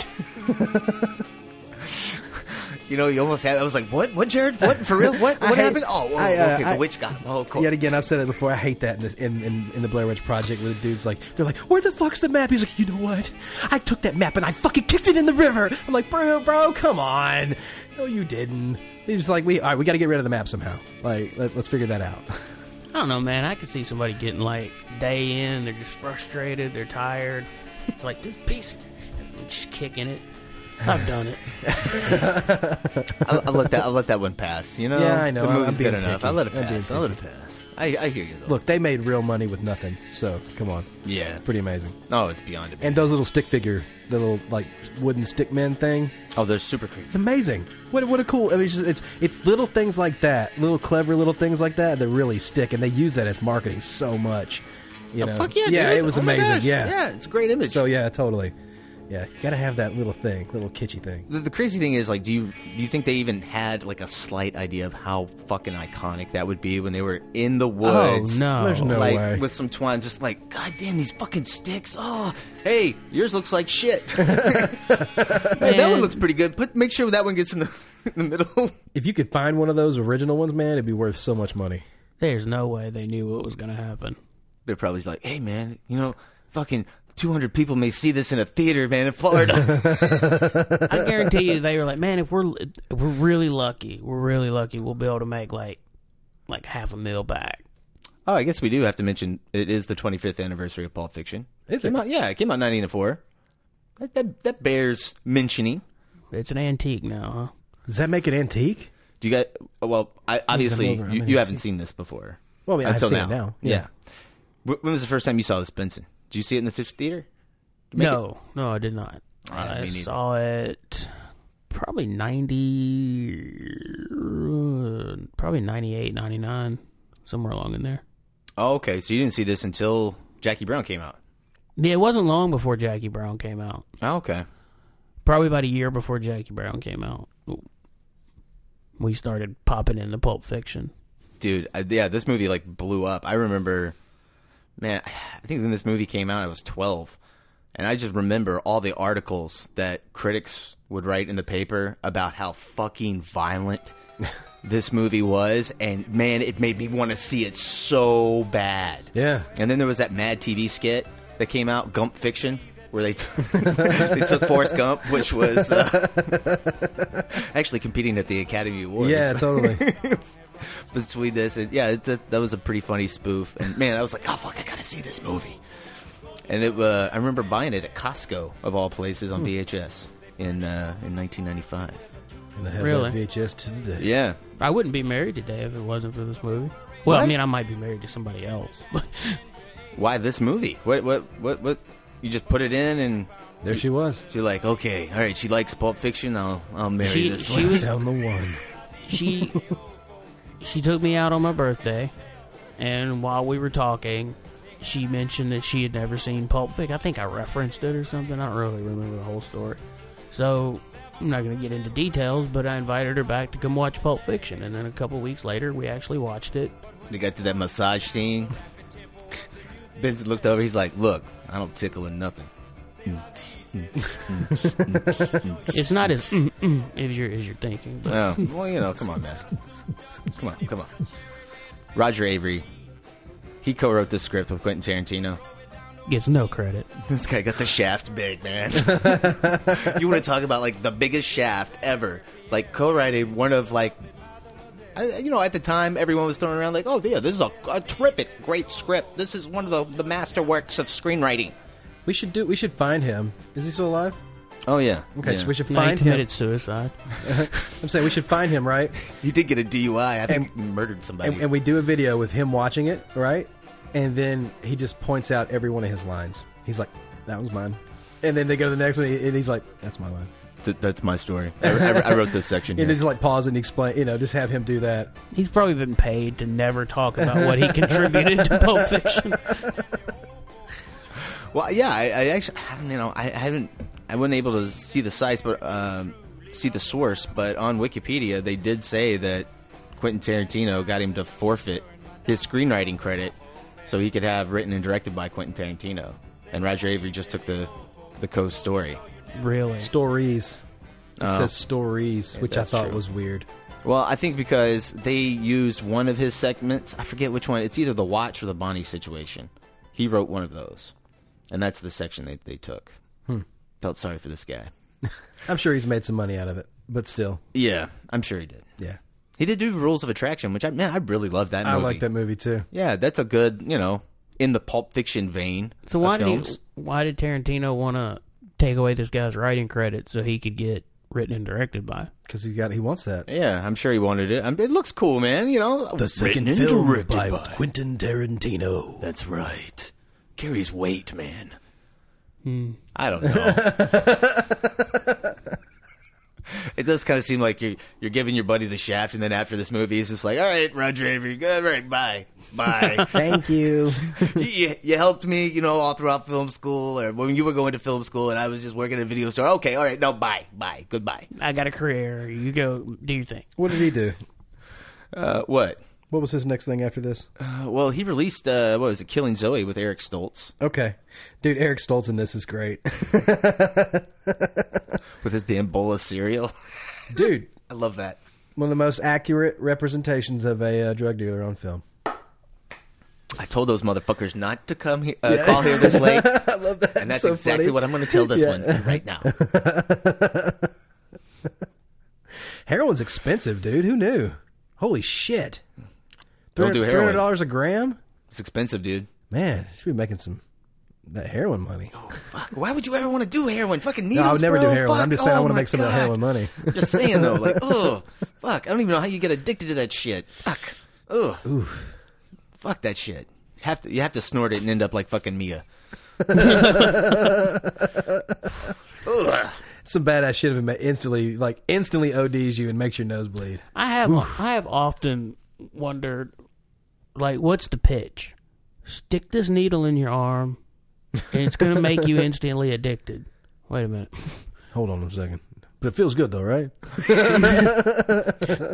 Speaker 9: you know, you almost had. I was like, what? What, Jared? What for real? What?
Speaker 1: I
Speaker 9: What
Speaker 1: hate-
Speaker 9: happened? Oh, whoa,
Speaker 1: I, uh,
Speaker 9: okay.
Speaker 1: I-
Speaker 9: the witch got him. Oh, cool.
Speaker 1: Yet again, I've said it before. I hate that in, this, in, in in the Blair Witch Project, where the dude's like, they're like, "Where the fuck's the map?" He's like, "You know what? I took that map and I fucking kicked it in the river." I'm like, "Bro, bro, come on! No, you didn't." He's like, "We all right, we got to get rid of the map somehow. Like, let, let's figure that out."
Speaker 10: I don't know, man. I could see somebody getting like day in, they're just frustrated, they're tired. It's like this piece, of shit," and just kicking it. I've done it.
Speaker 9: I'll, I'll let that. I'll let that one pass. You know.
Speaker 1: Yeah, I know.
Speaker 9: The
Speaker 1: I'm-
Speaker 9: movie's
Speaker 1: I'm being
Speaker 9: good enough.
Speaker 1: picky.
Speaker 9: I'll let it
Speaker 1: I'm being
Speaker 9: pass. I'll let it
Speaker 1: picky.
Speaker 9: pass. I, I hear you though.
Speaker 1: Look, they made real money with nothing, so come on,
Speaker 9: Yeah.
Speaker 1: it's pretty amazing.
Speaker 9: Oh, it's beyond it.
Speaker 1: And those little stick figure, the little like wooden stick men thing,
Speaker 9: oh, they're super creepy.
Speaker 1: It's amazing. What what a cool. I mean, it's, just, it's it's little things like that, little clever little things like that that really stick, and they use that as marketing so much. You know,
Speaker 9: Oh, Fuck yeah,
Speaker 1: yeah,
Speaker 9: dude.
Speaker 1: it was
Speaker 9: Oh my
Speaker 1: amazing.
Speaker 9: gosh.
Speaker 1: Yeah.
Speaker 9: Yeah, it's a great image.
Speaker 1: So yeah, totally. Yeah, you gotta have that little thing, little kitschy thing.
Speaker 9: the, the crazy thing is like do you do you think they even had like a slight idea of how fucking iconic that would be when they were in the woods
Speaker 10: no.
Speaker 1: There's Oh, no
Speaker 9: like
Speaker 1: way.
Speaker 9: with some twine just like god damn these fucking sticks oh hey yours looks like shit Hey, that one
Speaker 10: Man.
Speaker 9: looks pretty good put make sure that one gets in the in the middle
Speaker 1: if you could find one of those original ones, man, it'd be worth so much money.
Speaker 10: There's no way they knew what was gonna happen.
Speaker 9: they're probably like hey man you know fucking 200 people may see this in a theater man in florida
Speaker 10: I guarantee you, they were like, "Man, if we're if we're really lucky, we're really lucky. We'll be able to make like like half a mil back."
Speaker 9: oh i guess we do have to mention it is the 25th anniversary of pulp fiction
Speaker 1: Is
Speaker 9: Came
Speaker 1: it?
Speaker 9: out- yeah it came out in 1994 that, that, that bears mentioning
Speaker 10: It's an antique now,
Speaker 1: Does that make it antique?
Speaker 9: Do you guys? Well, I, obviously
Speaker 1: over. I'm
Speaker 9: you,
Speaker 1: an
Speaker 9: you haven't seen this before.
Speaker 1: Well, I mean, I've
Speaker 9: Until
Speaker 1: seen it now.
Speaker 9: Yeah.
Speaker 1: Yeah.
Speaker 9: Wh- When was the first time you saw this, Benson? Did you see it in the fifth theater?
Speaker 10: huh? No, no, I did not.
Speaker 9: Yeah,
Speaker 10: I
Speaker 9: me neither.
Speaker 10: saw it probably ninety probably 98, 99, somewhere along in there.
Speaker 9: Oh, okay. So you didn't see this until Jackie Brown came out.
Speaker 10: Yeah, it wasn't long before Jackie Brown came out.
Speaker 9: Oh, okay.
Speaker 10: Probably about a year before Jackie Brown came out. We started popping into Pulp Fiction.
Speaker 9: Dude, I, yeah, this movie like blew up. I remember, man, I think when this movie came out, I was 12. And I just remember all the articles that critics would write in the paper about how fucking violent this movie was. And man, it made me want to see it so bad.
Speaker 1: Yeah.
Speaker 9: And then there was that Mad TV skit that came out, Gump Fiction, where they, t- they took Forrest Gump, which was uh, actually competing at the Academy Awards.
Speaker 1: Yeah, totally.
Speaker 9: Between this, and, yeah, it, that, that was a pretty funny spoof. And man, I was like, oh fuck, I gotta see this movie. And it, uh, I remember buying it at Costco of all places
Speaker 10: Hmm.
Speaker 9: on VHS in uh, in 1995.
Speaker 1: And I have
Speaker 10: Really?
Speaker 1: that VHS to today.
Speaker 9: Yeah,
Speaker 10: I wouldn't be married today if it wasn't for this movie. Well, I
Speaker 9: What?
Speaker 10: mean, I might be married to somebody else. But
Speaker 9: why this movie? What what what what? You just put it in and.
Speaker 1: There she was.
Speaker 9: You're like, okay, all right. She likes Pulp Fiction. I'll, I'll marry
Speaker 10: She-
Speaker 9: this
Speaker 10: she
Speaker 9: one.
Speaker 10: was-
Speaker 1: Down the one.
Speaker 10: she she took me out on my birthday, and while we were talking, she mentioned that she had never seen Pulp Fiction. I think I referenced it or something. I don't really remember the whole story. So I'm not going to get into details, but I invited her back to come watch Pulp Fiction, and then a couple weeks later, we actually watched it.
Speaker 9: They got to that massage scene. Benson looked over. He's like, "Look, I don't tickle or nothing."
Speaker 10: It's not as mm, mm, as you're as you're thinking, but
Speaker 9: Oh, well, you know, come on, man. Come on, come on. Roger Avery, he co-wrote this script with Quentin Tarantino.
Speaker 10: gets no credit.
Speaker 9: This guy got the shaft big, man. you want to talk about like the biggest shaft ever? Like co-writing one of like, I, you know, at the time everyone was throwing around like, "Oh yeah, this is a, a terrific, great script. This is one of the the masterworks of screenwriting."
Speaker 1: We should do. We should find him. Is he still alive?
Speaker 9: Oh yeah.
Speaker 1: Okay, so we should
Speaker 10: No, he
Speaker 1: find him.
Speaker 10: committed suicide.
Speaker 1: I'm saying we should find him, right?
Speaker 9: He did get a DUI. I think
Speaker 1: And-
Speaker 9: he murdered somebody.
Speaker 1: And, and we do a video with him watching it, right? And then he just points out every one of his lines. He's like, "That was mine." And then they go to the next one, and he's like, "That's my line."
Speaker 9: Th- that's my story. I, I- I wrote this section
Speaker 1: And just like pause and explain, you know, just have him do that.
Speaker 10: He's probably been paid to never talk about what he contributed to Pulp Fiction.
Speaker 9: Well, yeah, I, I actually, I don't, you know, I haven't, I wasn't able to see the sites, but um, see the source. But on Wikipedia, they did say that Quentin Tarantino got him to forfeit his screenwriting credit so he could have written and directed by Quentin Tarantino, and Roger Avery just took the the co-story.
Speaker 10: Really?
Speaker 1: Stories. It says stories, which I
Speaker 9: Oh. that's
Speaker 1: thought
Speaker 9: true.
Speaker 1: was weird.
Speaker 9: Well, I think because they used one of his segments. I forget which one. It's either the watch or the Bonnie situation. He wrote one of those, and that's the section they they took. Felt sorry for this guy.
Speaker 1: I'm sure he's made some money out of it, but still,
Speaker 9: Yeah, I'm sure he did.
Speaker 1: yeah,
Speaker 9: He did do Rules of Attraction, which I man, I really love that.
Speaker 1: I
Speaker 9: movie.
Speaker 1: like that movie too.
Speaker 9: Yeah, that's a good you know in the Pulp Fiction vein.
Speaker 10: So why
Speaker 9: of
Speaker 10: did he,
Speaker 9: films.
Speaker 10: why did Tarantino want to take away this guy's writing credit so he could get written and directed by?
Speaker 1: Because he got he wants that.
Speaker 9: Yeah, I'm sure he wanted it. I mean, it looks cool, man. You know,
Speaker 1: The second
Speaker 9: Written and
Speaker 1: film
Speaker 9: directed
Speaker 1: by, Quentin Tarantino.
Speaker 9: That's right. Carries weight, man.
Speaker 10: Hmm.
Speaker 9: I don't know. it does kind of seem like you're you're giving your buddy the shaft, and then after this movie, he's just like, "All right, Roger Avery, good, all right, bye, bye."
Speaker 1: Thank you.
Speaker 9: you, you, you helped me, you know, all throughout film school, or when you were going to film school, and I was just working at a video store. Okay, all right, no, bye, bye, goodbye.
Speaker 10: I got a career. You go do your thing.
Speaker 1: what did he do?
Speaker 9: Uh, what?
Speaker 1: What was his next thing after this?
Speaker 9: Uh, well, he released uh, what was it, Killing Zoe with Eric Stoltz
Speaker 1: Okay, dude, Eric Stoltz in this is great,
Speaker 9: with his damn bowl of cereal.
Speaker 1: dude.
Speaker 9: I love that.
Speaker 1: One of the most accurate representations of a uh, drug dealer on film.
Speaker 9: I told those motherfuckers not to come here, uh, call here this late,
Speaker 1: I love that.
Speaker 9: and that's
Speaker 1: So
Speaker 9: exactly
Speaker 1: funny.
Speaker 9: what I'm going to tell this
Speaker 1: Yeah.
Speaker 9: one right now.
Speaker 1: Heroin's expensive, dude. Who knew? Holy shit!
Speaker 9: Don't do heroin.
Speaker 1: dollars a gram.
Speaker 9: It's expensive, dude.
Speaker 1: Man, should be making some that heroin money.
Speaker 9: Fuck, why would you ever want to do heroin? Fucking
Speaker 1: no,
Speaker 9: needles,
Speaker 1: I would never
Speaker 9: bro.
Speaker 1: do heroin.
Speaker 9: Fuck.
Speaker 1: I'm just saying
Speaker 9: oh
Speaker 1: I want to
Speaker 9: my
Speaker 1: make some of that
Speaker 9: God.
Speaker 1: heroin money.
Speaker 9: I'm just saying though, like, oh, fuck, I don't even know how you get addicted to that shit. Fuck, oh, fuck that shit. Have to, you have to snort it and end up like fucking Mia. Ugh.
Speaker 1: Some badass shit of him that instantly, like instantly ODs you and makes your nose bleed.
Speaker 10: I have I have often wondered, like, what's the pitch? Stick this needle in your arm, and it's going to make you instantly addicted. Wait a minute.
Speaker 1: Hold on a second. But it feels good though, right?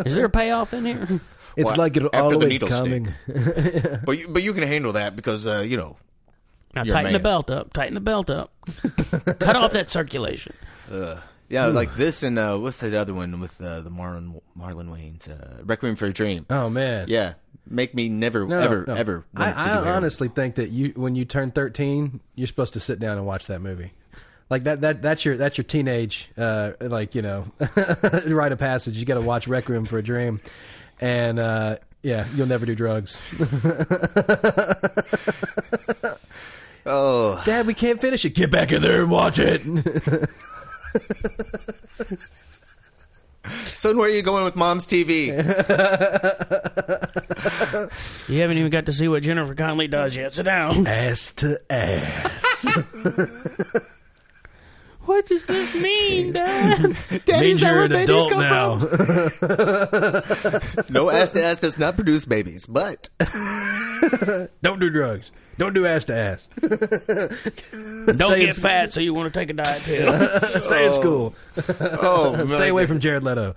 Speaker 10: Is there a payoff in here?
Speaker 1: It's
Speaker 9: Well,
Speaker 1: like it'll
Speaker 9: after the
Speaker 1: always
Speaker 9: needle stick.
Speaker 1: coming.
Speaker 9: but you, but you can handle that because uh, you know.
Speaker 10: Now
Speaker 9: you're a
Speaker 10: tighten the
Speaker 9: man.
Speaker 10: belt up. Tighten the belt up. Cut off that circulation.
Speaker 9: Ugh. yeah, like this and uh, what's that other one with uh, the Marlon Marlon Wayne's uh, Requiem for a Dream?
Speaker 1: Oh man.
Speaker 9: Yeah, make me never
Speaker 1: No,
Speaker 9: ever
Speaker 1: no.
Speaker 9: ever.
Speaker 1: I,
Speaker 9: want to do
Speaker 1: I
Speaker 9: heroin.
Speaker 1: honestly think that you, when you turn thirteen, you're supposed to sit down and watch that movie. Like that, that that's your that's your teenage, uh, like you know, rite of passage. You got to watch Requiem for a Dream, and uh, yeah, you'll never do drugs.
Speaker 9: Oh,
Speaker 1: Dad, we can't finish it. Get back in there and watch it.
Speaker 9: son, where are you going with mom's TV?
Speaker 10: You haven't even got to see what Jennifer Connelly does yet. Sit down.
Speaker 1: ass to ass.
Speaker 10: What does this mean, Dad?
Speaker 9: Daddy's
Speaker 1: Means you're an adult now.
Speaker 9: no, ass to ass does not produce babies, but
Speaker 1: Don't do drugs. Don't do ass to ass.
Speaker 10: Don't
Speaker 1: Stay in
Speaker 10: get
Speaker 1: sc-
Speaker 10: fat, so you want to take a diet pill.
Speaker 1: Stay in school.
Speaker 9: oh,
Speaker 1: Stay away from Jared Leto.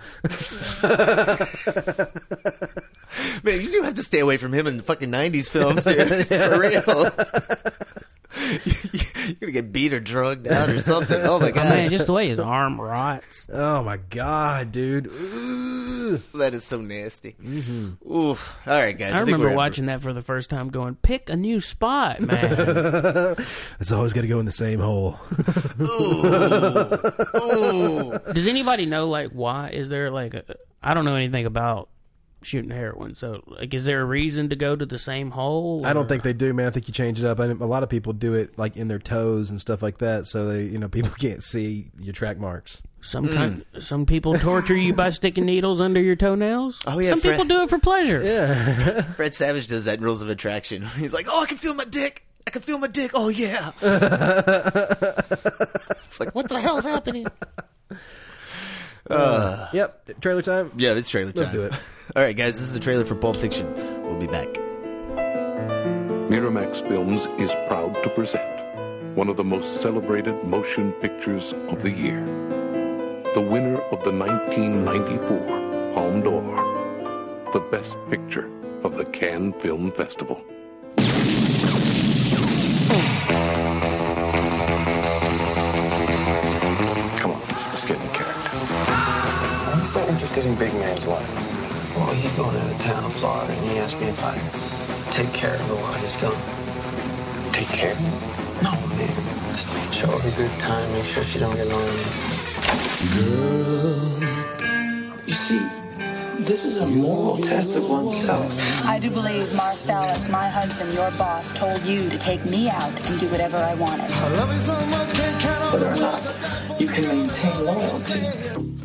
Speaker 9: Man, you do have to stay away from him in fucking nineties films, dude. For real. You're gonna get beat or drugged out or something. Oh my god,
Speaker 10: Man, just the way his arm rots.
Speaker 1: Oh my god, dude. Ooh.
Speaker 9: that is so nasty. Oof. All right, guys.
Speaker 10: I
Speaker 9: think
Speaker 10: remember
Speaker 9: we're-
Speaker 10: watching that for the first time, going, "Pick a new spot, man."
Speaker 1: It's always got to go in the same hole.
Speaker 10: Does anybody know like why? Is there like a, I don't know anything about shooting heroin, so like, is there a reason to go to the same hole?
Speaker 1: I
Speaker 10: or-
Speaker 1: don't think they do, man. I think you change it up. I, a lot of people do it like in their toes and stuff like that, so they, you know, people can't see your track marks.
Speaker 10: some kind, some people torture you by sticking needles under your toenails.
Speaker 9: Oh, yeah,
Speaker 10: some
Speaker 9: Fred-
Speaker 10: people do it for pleasure.
Speaker 9: Fred Savage does that in Rules of Attraction. He's like, "Oh, I can feel my dick. I can feel my dick. Oh yeah." it's like, what the hell's happening?
Speaker 1: Yep, trailer time.
Speaker 9: Yeah, it's trailer time.
Speaker 1: Let's do it.
Speaker 9: All right, guys. This is a trailer for Pulp Fiction. We'll be back.
Speaker 7: Miramax Films is proud to present one of the most celebrated motion pictures of the year. The winner of the 1994 Palme d'Or, the best picture of the Cannes Film Festival.
Speaker 4: Come on, let's get in character. I'm so interested in Big Man's wife. Well, he's going out of town, Florida, and he asked me if I could take care of her while he's gone. Take care? No, man. Just make sure have a good time. Make sure she don't get lonely. Girl. You see, this is a moral test of oneself.
Speaker 2: I do believe Marcellus, my husband, your boss, told you to take me out and do whatever I wanted.
Speaker 4: Whether or not you can maintain loyalty.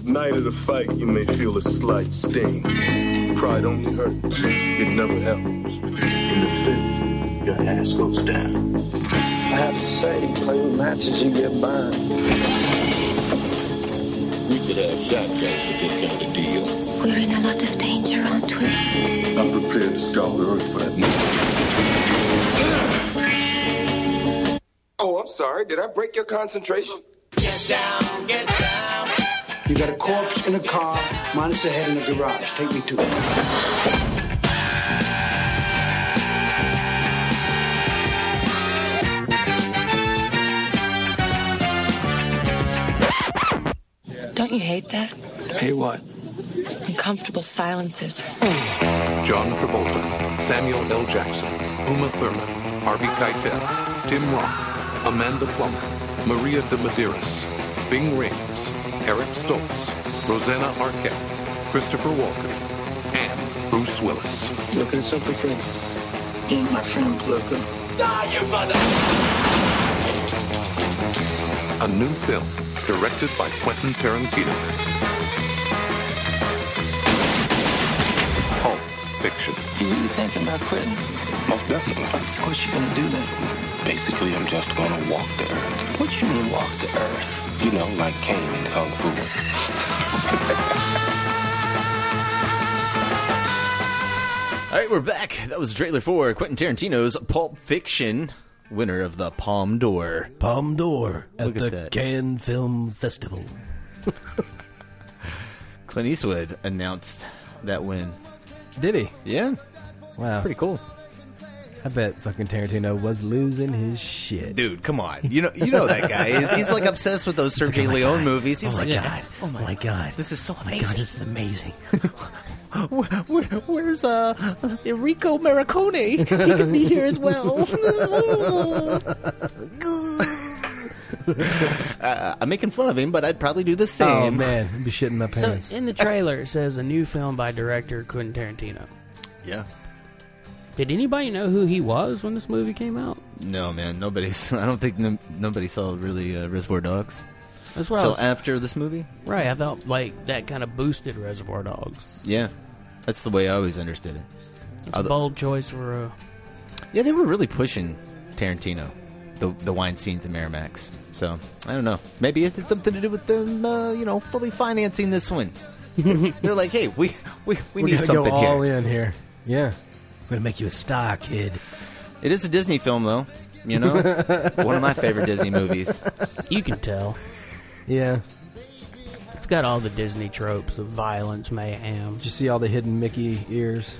Speaker 6: Night of the fight, you may feel a slight sting. Pride only hurts, it never helps. In the fifth, your ass goes down.
Speaker 4: I have to say, you play with matches, you get burned.
Speaker 3: We should have shotguns for this kind of deal.
Speaker 12: We're in a lot of danger, aren't we?
Speaker 6: I'm prepared to scour the earth for that
Speaker 3: Oh, I'm sorry. Did I break your concentration? Get down, get down.
Speaker 13: You got a corpse in a car, minus the head in the garage. Take me to it.
Speaker 14: Don't you hate that?
Speaker 7: Hey, what?
Speaker 14: Uncomfortable silences.
Speaker 7: John Travolta, Samuel L. Jackson, Uma Thurman, Harvey Keitel, Tim Roth, Amanda Plummer, Maria de Medeiros, Bing Rames, Eric Stoltz, Rosanna Arquette, Christopher Walken, and Bruce Willis.
Speaker 4: Looking at something, friend? You ain't my friend, Luca. Die, you mother!
Speaker 7: A new film directed by Quentin Tarantino. Pulp Fiction.
Speaker 4: You really thinking about quitting? Most definitely. What's you gonna do then? Basically, I'm just gonna walk the earth. What you mean, walk the earth? You know, like Kane in Kung Fu.
Speaker 9: All right, we're back. That was the trailer for Quentin Tarantino's Pulp Fiction, winner of the Palm d'Or.
Speaker 1: Palm d'Or at
Speaker 9: Look
Speaker 1: the
Speaker 9: at that.
Speaker 1: Cannes Film Festival.
Speaker 9: Clint Eastwood announced that win.
Speaker 1: Did he?
Speaker 9: Yeah.
Speaker 1: Wow.
Speaker 9: pretty cool.
Speaker 1: I bet fucking Tarantino was losing his shit.
Speaker 9: Dude, come on. You know you know that guy. He's, he's like obsessed with those Sergio Leone movies. He was
Speaker 1: oh my
Speaker 9: like,
Speaker 1: god. Oh my, god.
Speaker 9: Oh This is so
Speaker 1: my
Speaker 9: amazing.
Speaker 1: god, this is amazing.
Speaker 9: Where, where, where's uh, Enrico Maricone? He could be here as well. uh, I'm making fun of him, but I'd probably do the same.
Speaker 1: Oh man, I'd be shitting my
Speaker 10: So
Speaker 1: pants.
Speaker 10: in the trailer, it says a new film by director Quentin Tarantino.
Speaker 9: Yeah.
Speaker 10: Did anybody know who he was when this movie came out?
Speaker 9: No, man, nobody's. I don't think n- nobody saw really uh, Reservoir Dogs.
Speaker 10: That's what I
Speaker 9: Till
Speaker 10: was-
Speaker 9: after this movie.
Speaker 10: Right, I felt like that kind of boosted Reservoir Dogs.
Speaker 9: Yeah, that's the way I always understood it.
Speaker 10: It's a
Speaker 9: Although-
Speaker 10: bold choice for a.
Speaker 9: yeah, they were really pushing Tarantino, the the wine scenes in Miramax. So I don't know. Maybe it had something to do with them, uh, you know, fully financing this one. They're like, hey, we we, we
Speaker 1: We're
Speaker 9: need
Speaker 1: gonna
Speaker 9: something
Speaker 1: go all
Speaker 9: here.
Speaker 1: in here. Yeah. I'm gonna make you a star, kid.
Speaker 9: It is a Disney film, though. You know, one of my favorite Disney movies.
Speaker 10: You can tell.
Speaker 1: Yeah.
Speaker 10: It's got all the Disney tropes of violence, mayhem.
Speaker 1: Did you see all the hidden Mickey ears?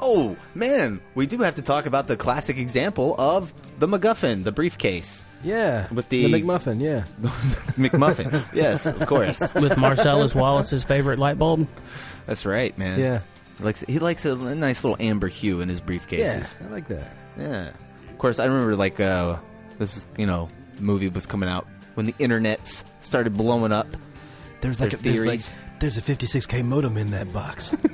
Speaker 9: Oh man, we do have to talk about the classic example of the MacGuffin, the briefcase.
Speaker 1: Yeah.
Speaker 9: With the-
Speaker 1: the McMuffin, yeah.
Speaker 9: McMuffin. yes, of course.
Speaker 10: With Marcellus Wallace's favorite light bulb.
Speaker 9: That's right, man.
Speaker 1: Yeah.
Speaker 9: He likes, he likes a nice little amber hue in his briefcases.
Speaker 1: Yeah, I like that.
Speaker 9: Yeah. Of course, I remember like uh, this is you know movie was coming out when the internets started blowing up.
Speaker 1: There's like
Speaker 9: Their
Speaker 1: a there's like
Speaker 9: theories.
Speaker 1: there's a 56k modem in that box.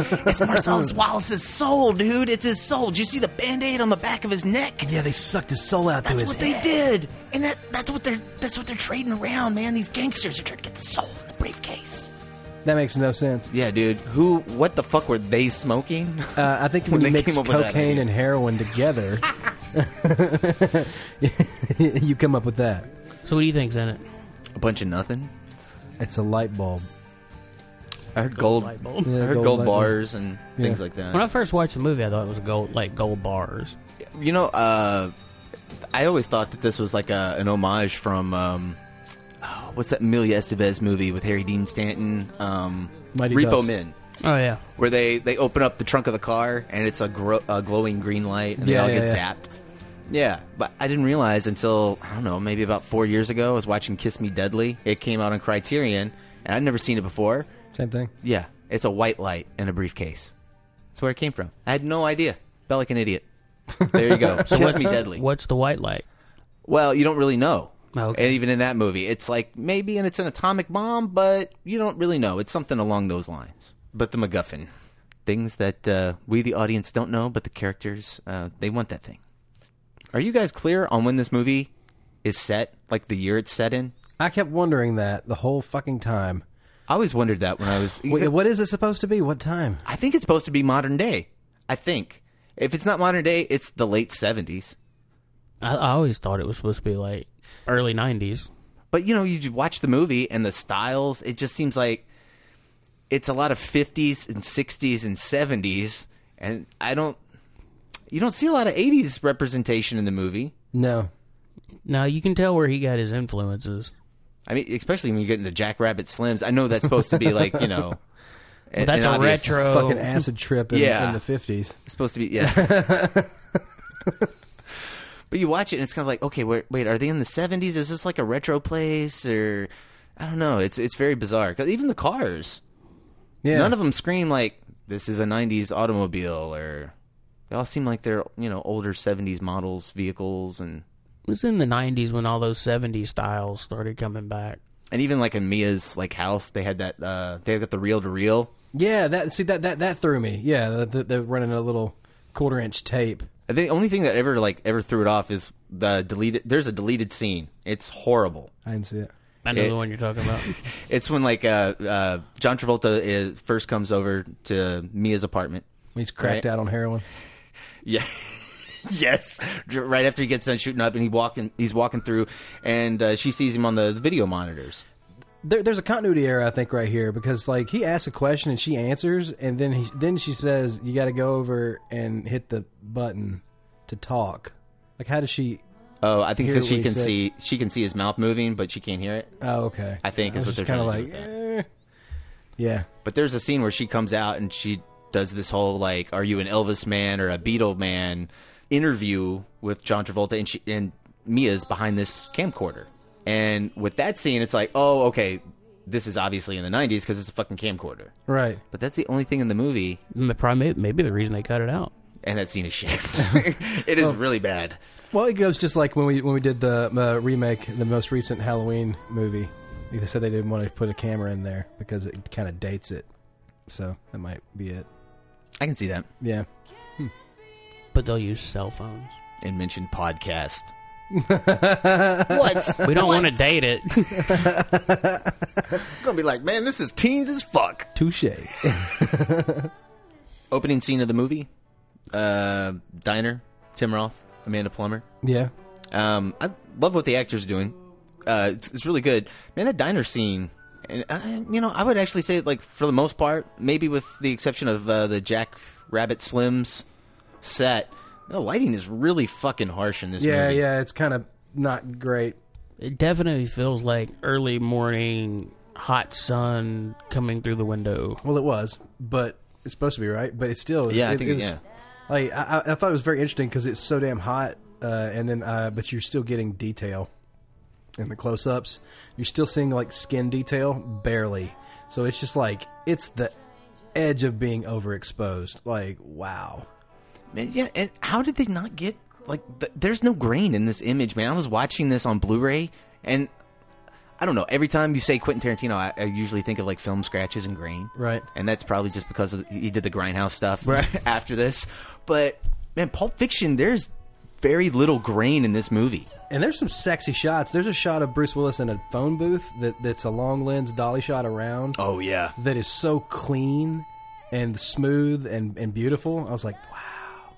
Speaker 9: It's Marcellus Wallace's soul, dude. It's his soul. Did you see the band-aid on the back of his neck?
Speaker 1: yeah, they sucked his soul out
Speaker 9: That's
Speaker 1: through his
Speaker 9: what they
Speaker 1: head.
Speaker 9: did, and that, that's what they're that's what they're trading around, man. These gangsters are trying to get the soul in the briefcase.
Speaker 1: That makes no sense.
Speaker 9: Yeah, dude. Who? What the fuck were they smoking?
Speaker 1: Uh, I think
Speaker 9: When
Speaker 1: when, you
Speaker 9: they
Speaker 1: mix
Speaker 9: came up with that
Speaker 1: cocaine
Speaker 9: idea.
Speaker 1: and heroin together, you come up with that.
Speaker 10: So what do you think's in it?
Speaker 9: A bunch of nothing.
Speaker 1: It's a light bulb.
Speaker 9: I heard gold.
Speaker 10: light bulb.
Speaker 9: I
Speaker 1: Yeah,
Speaker 9: heard
Speaker 1: gold
Speaker 9: gold,
Speaker 1: light bulb.
Speaker 9: bars and
Speaker 1: Yeah.
Speaker 9: things like that.
Speaker 10: When I first watched the movie, I thought it was gold, like gold bars.
Speaker 9: You know, uh, I always thought that this was like a, an homage from um, oh, what's that Emilio Estevez movie with Harry Dean Stanton, um,
Speaker 1: Mighty
Speaker 9: Repo
Speaker 1: Ducks.
Speaker 9: Men.
Speaker 10: Oh yeah,
Speaker 9: Where they, they open up the trunk of the car and it's a, gro- a glowing green light and they
Speaker 1: Yeah,
Speaker 9: all
Speaker 1: yeah,
Speaker 9: get
Speaker 1: yeah.
Speaker 9: zapped. Yeah, but I didn't realize until I don't know, maybe about four years ago. I was watching Kiss Me Deadly. It came out on Criterion, and I'd never seen it before.
Speaker 1: Same thing.
Speaker 9: Yeah, it's a white light in a briefcase. That's where it came from. I had no idea. Felt like an idiot. There you go. Kiss
Speaker 10: what-
Speaker 9: me deadly.
Speaker 10: What's the white light?
Speaker 9: Well, you don't really know.
Speaker 10: Okay.
Speaker 9: And even in that movie, it's like maybe and it's an atomic bomb, but you don't really know. It's something along those lines. But the MacGuffin, things that uh, we the audience don't know, but the characters uh, they want that thing. Are you guys clear on when this movie is set? Like the year it's set in?
Speaker 1: I kept wondering that the whole fucking time.
Speaker 9: I always wondered that when I was.
Speaker 1: Wait, what is it supposed to be? What time?
Speaker 9: I think it's supposed to be modern day. I think if it's not modern day, it's the late seventies.
Speaker 10: I, I always thought it was supposed to be like early '90s.
Speaker 9: But you know, you watch the movie and the styles, it just seems like it's a lot of 50s and 60s and 70s and I don't you don't see a lot of 80s representation in the movie.
Speaker 1: No.
Speaker 10: Now you can tell where he got his influences.
Speaker 9: I mean, especially when you get into Jackrabbit Slims. I know that's supposed to be like, you know, an-
Speaker 10: that's
Speaker 9: an
Speaker 10: a
Speaker 9: obvious-
Speaker 10: retro-
Speaker 1: Fucking acid trip in,
Speaker 9: Oh. Yeah.
Speaker 1: in the 50s.
Speaker 9: It's supposed to be yeah. but you watch it and it's kind of like, okay, wait, wait, are they in the 70s? Is this like a retro place or I don't know. It's it's very bizarre. 'Cause even the cars
Speaker 1: Yeah.
Speaker 9: None of them scream like this is a '90s automobile, or they all seem like they're you know older '70s models, vehicles, and
Speaker 10: It was in the '90s when all those '70s styles started coming back.
Speaker 9: and even like in Mia's like house, they had that uh they got the reel to reel.
Speaker 1: Yeah, that see that that that threw me. Yeah, the, the, they're running a little quarter inch tape.
Speaker 9: I think The only thing that ever like ever threw it off is the deleted. There's a deleted scene. It's horrible.
Speaker 1: I didn't see it.
Speaker 10: I know
Speaker 9: It-
Speaker 10: the one you're talking about.
Speaker 9: It's when like uh, uh John Travolta is, first comes over to Mia's apartment.
Speaker 1: He's cracked
Speaker 9: Right.
Speaker 1: out on heroin.
Speaker 9: Yeah. yes. Dr- Right after he gets done shooting up, and he walking, he's walking through, and uh, she sees him on the, the video monitors.
Speaker 1: there, there's a continuity error I think right here because like he asks a question and she answers and then he then she says you got to go over and hit the button to talk. Like how does she?
Speaker 9: Oh, I think
Speaker 1: hear
Speaker 9: because
Speaker 1: what
Speaker 9: she
Speaker 1: he
Speaker 9: can
Speaker 1: said?
Speaker 9: see she can see his mouth moving, but she can't hear it.
Speaker 1: Oh, okay.
Speaker 9: I think
Speaker 1: I
Speaker 9: is what
Speaker 1: was
Speaker 9: they're
Speaker 1: just kinda
Speaker 9: trying to do
Speaker 1: like, eh.
Speaker 9: with that.
Speaker 1: Yeah.
Speaker 9: But there's a scene where she comes out and she does this whole like, "Are you an Elvis man or a Beatle man?" interview with John Travolta, and she and Mia's behind this camcorder. And with that scene, it's like, "Oh, okay, this is obviously in the '90s because it's a fucking camcorder."
Speaker 1: Right.
Speaker 9: But that's the only thing in the movie.
Speaker 10: And the probably maybe the reason they cut it out.
Speaker 9: And that scene is shit. it is really bad.
Speaker 1: Well, it goes just like when we when we did the uh, remake, the most recent Halloween movie. They said they didn't want to put a camera in there because it kind of dates it. So that might be it.
Speaker 9: I can see that.
Speaker 1: Yeah.
Speaker 10: But they'll use cell phones.
Speaker 9: And mention podcast.
Speaker 10: what? We don't want to date it.
Speaker 9: gonna be like, man, this is teens as fuck.
Speaker 1: Touche.
Speaker 9: Opening scene of the movie, uh, diner, Tim Roth, Amanda Plummer.
Speaker 1: Yeah.
Speaker 9: Um, I love what the actors are doing. Uh, it's, it's really good. Man, that diner scene. And I, you know, I would actually say, like, for the most part, maybe with the exception of uh, the Jack Rabbit Slims set, the lighting is really fucking harsh in this
Speaker 1: yeah,
Speaker 9: movie.
Speaker 1: yeah. It's kind of not great.
Speaker 10: It definitely feels like early morning hot sun coming through the window.
Speaker 1: Well, it was, but it's supposed to be right. But it's still,
Speaker 10: Yeah,
Speaker 1: it,
Speaker 10: I think it-
Speaker 1: was,
Speaker 10: yeah.
Speaker 1: Like I, I I thought it was very interesting because it's so damn hot, uh, and then uh, but you're still getting detail in the close-ups. You're still seeing like skin detail, barely. So it's just like it's the edge of being overexposed. Like wow.
Speaker 9: Man, yeah, and how did they not get like? Th- there's no grain in this image, man. I was watching this on Blu-ray, and I don't know. Every time you say Quentin Tarantino, I, I usually think of like film scratches and grain,
Speaker 1: Right.
Speaker 9: And that's probably just because of the, he did the Grindhouse stuff
Speaker 1: Right.
Speaker 9: after this. But man, Pulp Fiction, there's very little grain in this movie.
Speaker 1: And there's some sexy shots. There's a shot of Bruce Willis in a phone booth that, that's a long lens dolly shot around.
Speaker 9: Oh yeah,
Speaker 1: that is so clean and smooth and, and beautiful. I was like, wow,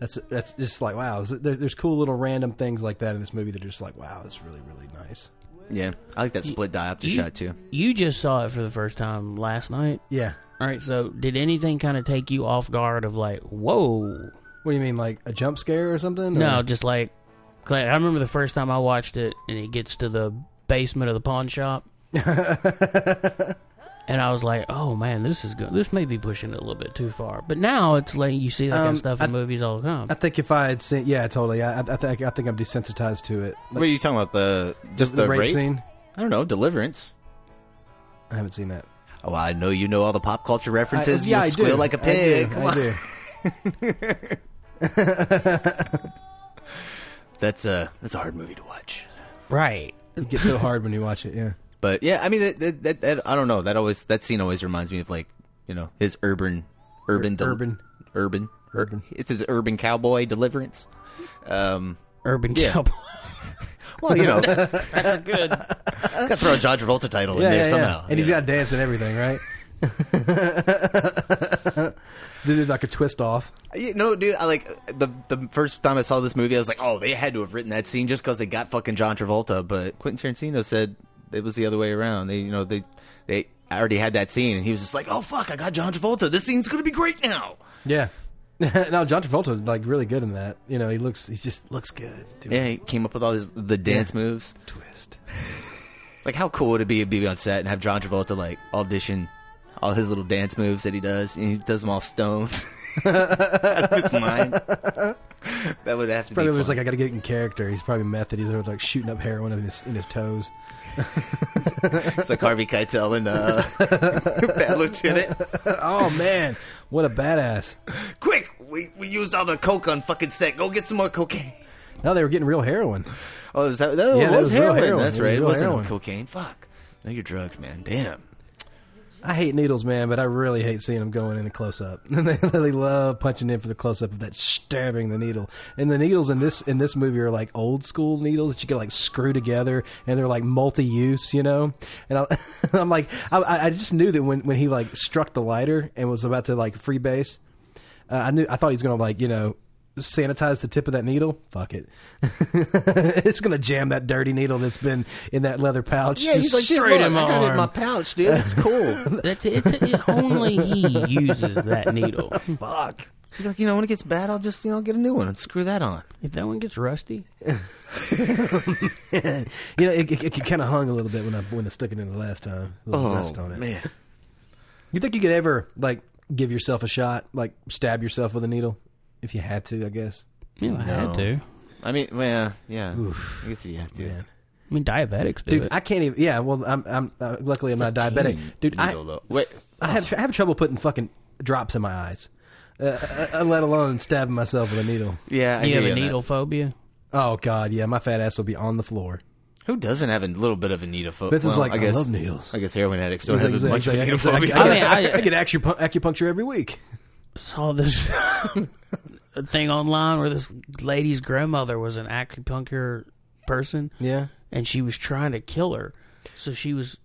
Speaker 1: that's that's just like wow. There, there's cool little random things like that in this movie that are just like wow, that's really really nice.
Speaker 9: Yeah, I like that split diopter
Speaker 10: you-
Speaker 9: shot too.
Speaker 10: You just saw it for the first time last night.
Speaker 1: Yeah.
Speaker 10: All right. So, did anything kind of take you off guard of like, whoa?
Speaker 1: What do you mean, like a jump scare or something?
Speaker 10: No,
Speaker 1: Or-
Speaker 10: just like, like, I remember the first time I watched it, and it gets to the basement of the pawn shop, and I was like, oh man, this is good. This may be pushing it a little bit too far. But now it's like you see that kind
Speaker 1: Um,
Speaker 10: of stuff in
Speaker 1: I-
Speaker 10: movies all the time.
Speaker 1: I think if I had seen, yeah, totally. I, I, I think I think I'm desensitized to it.
Speaker 9: what are you talking about? The just the,
Speaker 1: the rape scene?
Speaker 9: I don't know. Deliverance.
Speaker 1: I haven't seen that.
Speaker 9: Oh, I know you know all the pop culture references.
Speaker 1: I- yeah,
Speaker 9: You'll
Speaker 1: I do.
Speaker 9: squeal like a
Speaker 1: I do.
Speaker 9: pig.
Speaker 1: I
Speaker 9: Come on.
Speaker 1: do.
Speaker 9: That's a that's a hard movie to watch.
Speaker 10: Right.
Speaker 1: It gets so hard when you watch it. Yeah.
Speaker 9: But yeah, I mean that, that, that, that I don't know. That always that scene always reminds me of like you know his urban urban
Speaker 1: Ur- urban.
Speaker 9: urban urban. It's his urban cowboy deliverance. Um,
Speaker 10: urban
Speaker 9: cowboy. well, you know,
Speaker 10: That's a good.
Speaker 9: Gotta throw a John Travolta title in there somehow.
Speaker 1: And he's got a dance and everything, right? Did it like a twist off.
Speaker 9: You know, dude, I like the the first time I saw this movie, I was like, oh, they had to have written that scene just because they got fucking John Travolta. But Quentin Tarantino said it was the other way around. They, you know, they they I already had that scene, and he was just like, oh fuck, I got John Travolta. This scene's gonna be great now.
Speaker 1: Yeah. no, John Travolta like really good in that. You know, he looks he just looks good. Dude.
Speaker 9: Yeah, he came up with all his, the dance moves.
Speaker 1: Twist.
Speaker 9: Like, how cool would it be to be on set and have John Travolta like audition all his little dance moves that he does, and he does them all stoned. Out of his mind. That would have to
Speaker 1: Probably
Speaker 9: be.
Speaker 1: was
Speaker 9: fun.
Speaker 1: like I got to get in character. He's probably method. He's over like shooting up heroin in his in his toes.
Speaker 9: it's like Harvey Keitel and uh, Bad Lieutenant.
Speaker 1: oh man, what a badass!
Speaker 9: Quick, we, we used all the coke on fucking set. Go get some more cocaine.
Speaker 1: Now they were getting real heroin.
Speaker 9: Oh, is that, that
Speaker 1: Yeah, that
Speaker 9: was,
Speaker 1: was real
Speaker 9: heroin.
Speaker 1: heroin.
Speaker 9: That's
Speaker 1: It was
Speaker 9: right. It
Speaker 1: real
Speaker 9: wasn't
Speaker 1: heroin.
Speaker 9: cocaine. Fuck. Know your drugs, man. Damn.
Speaker 1: I hate needles, man, but I really hate seeing them going in the close up. they really love punching in for the close up of that stabbing the needle. And the needles in this in this movie are like old school needles that you can like screw together, and they're like multi use, you know. And I, I'm like, I, I just knew that when when he like struck the lighter and was about to like freebase, uh, I knew I thought he was gonna like you know sanitize the tip of that needle, fuck it. it's gonna jam that dirty needle that's been in that leather pouch.
Speaker 9: Yeah, he's
Speaker 1: just
Speaker 9: like, dude,
Speaker 1: straight
Speaker 9: look,
Speaker 1: in my
Speaker 9: I got it in
Speaker 1: arm.
Speaker 9: my pouch, dude. It's cool.
Speaker 10: That's it. It's, it only he uses that needle.
Speaker 9: Fuck. He's like, you know, when it gets bad, I'll just, you know, get a new one and screw that on.
Speaker 10: If that one gets rusty,
Speaker 1: you know, it, it, it kind of hung a little bit when I when I stuck it in the last time. A little
Speaker 9: Oh,
Speaker 1: rust on it.
Speaker 9: man.
Speaker 1: You think you could ever like give yourself a shot, like stab yourself with a needle, if you had to? I guess.
Speaker 10: Yeah, I had
Speaker 9: No.
Speaker 10: to.
Speaker 9: I mean, well, yeah. I guess you have to.
Speaker 10: I mean, diabetics do
Speaker 1: dude.
Speaker 10: it.
Speaker 1: I can't even. Yeah, well, I'm. I'm. Uh, luckily, I'm not diabetic,
Speaker 9: teen
Speaker 1: dude. I,
Speaker 9: needle, though. Wait.
Speaker 1: I have. I have trouble putting fucking drops in my eyes, uh, uh, uh, let alone stabbing myself with a needle.
Speaker 9: Yeah, I
Speaker 10: Do you have
Speaker 9: hear
Speaker 10: a
Speaker 9: that.
Speaker 10: needle phobia?
Speaker 1: Oh God, yeah, my fat ass will be on the floor.
Speaker 9: Who doesn't have a little bit of a needle phobia?
Speaker 1: Vince is
Speaker 9: well,
Speaker 1: like,
Speaker 9: I,
Speaker 1: "I
Speaker 9: guess,
Speaker 1: love needles."
Speaker 9: I guess heroin addicts don't
Speaker 1: He's
Speaker 9: have
Speaker 1: like-
Speaker 9: as
Speaker 1: he's
Speaker 9: much of
Speaker 1: like-
Speaker 9: a needle
Speaker 1: he's like,
Speaker 9: phobia.
Speaker 1: I,
Speaker 10: mean, I-
Speaker 1: I, I get acupu- acupuncture every week.
Speaker 10: Saw this thing online where this lady's grandmother was an acupuncture person.
Speaker 1: Yeah.
Speaker 10: and she was trying to kill her, so she was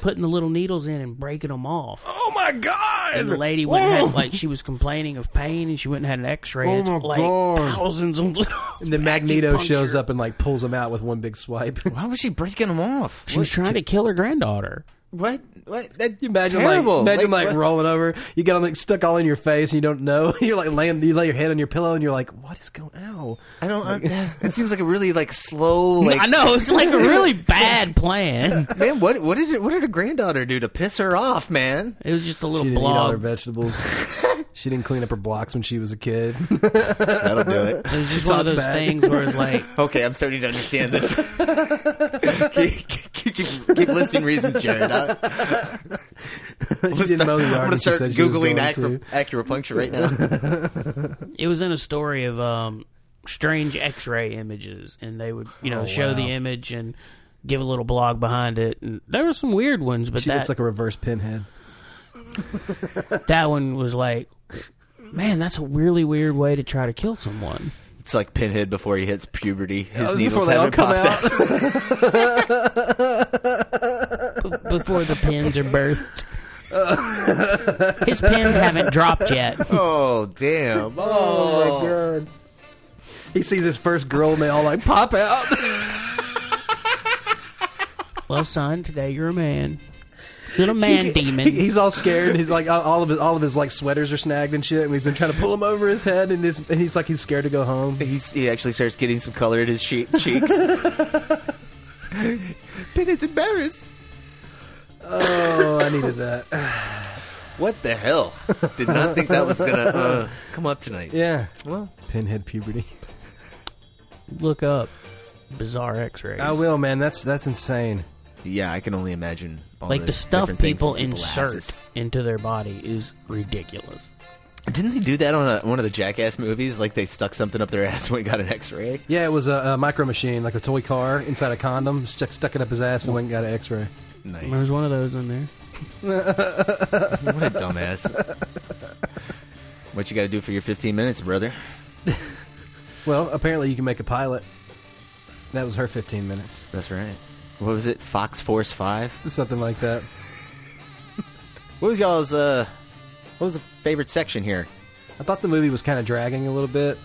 Speaker 10: putting the little needles in and breaking them off.
Speaker 1: Oh my god!
Speaker 10: And the lady went and
Speaker 1: Whoa.
Speaker 10: had like she was complaining of pain, and she went and had an X-ray.
Speaker 1: Oh
Speaker 10: It's
Speaker 1: my
Speaker 10: like
Speaker 1: God.
Speaker 10: thousands of little.
Speaker 1: And the Magneto
Speaker 10: acupuncture.
Speaker 1: shows up and like pulls him out with one big swipe.
Speaker 9: Why was she breaking them off?
Speaker 10: She was trying to kill her granddaughter.
Speaker 9: What? What? That,
Speaker 1: you imagine
Speaker 9: terrible.
Speaker 1: like imagine like,
Speaker 9: what-
Speaker 1: rolling over. You got them like stuck all in your face and you don't know. You're like laying you lay your head on your pillow and you're like, what is going on?
Speaker 9: I don't. I, it seems like a really like slow. Like
Speaker 10: I know it's like a really bad plan.
Speaker 9: man. What? What did? It, what did her granddaughter do to piss her off, man?
Speaker 10: It was just a
Speaker 1: She
Speaker 10: little
Speaker 1: didn't eat all her
Speaker 10: blob.
Speaker 1: vegetables. she didn't clean up her blocks when she was a kid.
Speaker 9: That'll do it.
Speaker 10: It was just
Speaker 1: She
Speaker 10: one of
Speaker 1: talked
Speaker 10: those
Speaker 1: back.
Speaker 10: things where it's like
Speaker 9: Okay, I'm starting to understand this. keep, keep, keep, keep listing reasons, Jared. I,
Speaker 1: she
Speaker 9: I'm gonna
Speaker 1: did
Speaker 9: start,
Speaker 1: mow the yard.
Speaker 9: I'm gonna
Speaker 1: and she
Speaker 9: start
Speaker 1: said she was
Speaker 9: googling
Speaker 1: going
Speaker 9: acro-
Speaker 1: to.
Speaker 9: acupuncture right now.
Speaker 10: it was in a story of um, strange X-ray images, and they would
Speaker 1: Oh,
Speaker 10: you know show the image and give a little blog behind it. And there were some weird ones, but
Speaker 1: She
Speaker 10: that
Speaker 1: looks like a reverse pinhead.
Speaker 10: that one was like, man, that's a really weird way to try to kill someone.
Speaker 9: It's like Pinhead before he hits puberty. His
Speaker 1: Before
Speaker 9: needles
Speaker 1: they all
Speaker 9: haven't
Speaker 1: come
Speaker 9: popped out.
Speaker 10: before the pins are birthed. His pins haven't dropped yet.
Speaker 9: Oh damn! Oh, my god!
Speaker 1: He sees his first girl and they all like pop out.
Speaker 10: Well, son, today you're a man. Little man demon.
Speaker 1: He- he's all scared. He's like all- all of his all of his like sweaters are snagged and shit. And he's been trying to pull them over his head and, his, and he's like he's scared to go home.
Speaker 9: He's, he actually starts getting some color in his she- cheeks. Pinhead's embarrassed.
Speaker 1: Oh, I needed that.
Speaker 9: What the hell? Did not think that was gonna uh, come up tonight.
Speaker 1: Yeah.
Speaker 9: Well,
Speaker 1: Pinhead puberty.
Speaker 10: Look up bizarre X-rays.
Speaker 1: I will, man. That's that's insane.
Speaker 9: yeah, I can only imagine. All
Speaker 10: Like the stuff
Speaker 9: different things
Speaker 10: people,
Speaker 9: in people's
Speaker 10: insert
Speaker 9: asses.
Speaker 10: into their body is ridiculous.
Speaker 9: Didn't they do that on a, one of the Jackass movies? Like they stuck something up their ass when it got an X-ray.
Speaker 1: Yeah, it was a, a micro machine, like a toy car inside a condom. Stuck, stuck it up his ass and went and got an X-ray.
Speaker 10: There's
Speaker 9: Nice.
Speaker 10: one of those in there.
Speaker 9: what a dumbass. what you got to do for your 15 minutes, brother?
Speaker 1: Well, apparently you can make a pilot. That was her 15 minutes,
Speaker 9: That's right. What was it? Fox Force Five.
Speaker 1: something like that.
Speaker 9: What was y'all's uh? What was the favorite section here?
Speaker 1: I thought the movie was kind of dragging a little bit.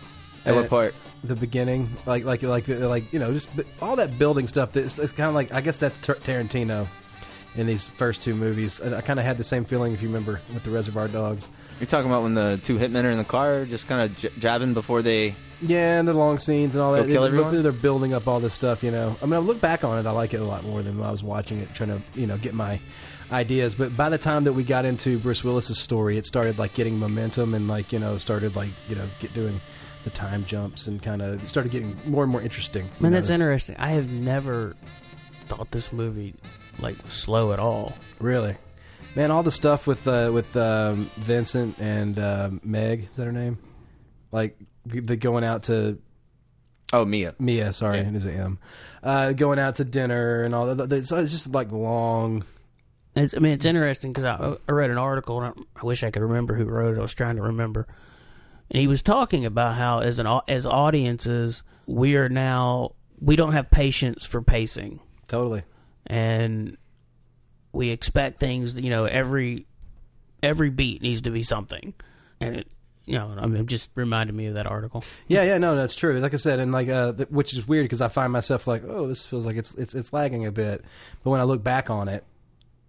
Speaker 9: At
Speaker 1: Uh,
Speaker 9: what part?
Speaker 1: the beginning, like like like like you know, just b- all that building stuff. That's it's kind of like I guess that's Tar- Tarantino in these first two movies. And I kind of had the same feeling if you remember with the Reservoir Dogs.
Speaker 9: You're talking about when the two hitmen are in the car, just kind of j- jabbing before they.
Speaker 1: Yeah, and the long scenes and all
Speaker 9: Go
Speaker 1: that.
Speaker 9: kill
Speaker 1: They-
Speaker 9: everyone?
Speaker 1: They're building up all this stuff, you know. I mean, I look back on it, I like it a lot more than when I was watching it, trying to you know get my ideas. But by the time that we got into Bruce Willis's story, it started like getting momentum and like you know started like you know get doing the time jumps and kind of started getting more and more interesting. you
Speaker 10: Man,
Speaker 1: know.
Speaker 10: that's interesting. I have never thought this movie like was slow at all.
Speaker 1: Really, man, all the stuff with uh, with um, Vincent and um, Meg is that her name? Like g- the going out to
Speaker 9: Oh, Mia.
Speaker 1: Mia, sorry,
Speaker 9: Yeah.
Speaker 1: it is a M. Uh, going out to dinner and all that. It's, it's just like long.
Speaker 10: It's, I mean, it's interesting because I, I read an article and I, I wish I could remember who wrote it. I was trying to remember, and he was talking about how as an au- as audiences we are now we don't have patience for pacing
Speaker 1: Totally.
Speaker 10: and we expect things you know every every beat needs to be something and it, you know, I mean, it just reminded me of that article.
Speaker 1: Yeah, yeah, no, that's true. Like I said, and like, uh, th- which is weird because I find myself like, oh, this feels like it's it's it's lagging a bit, but when I look back on it,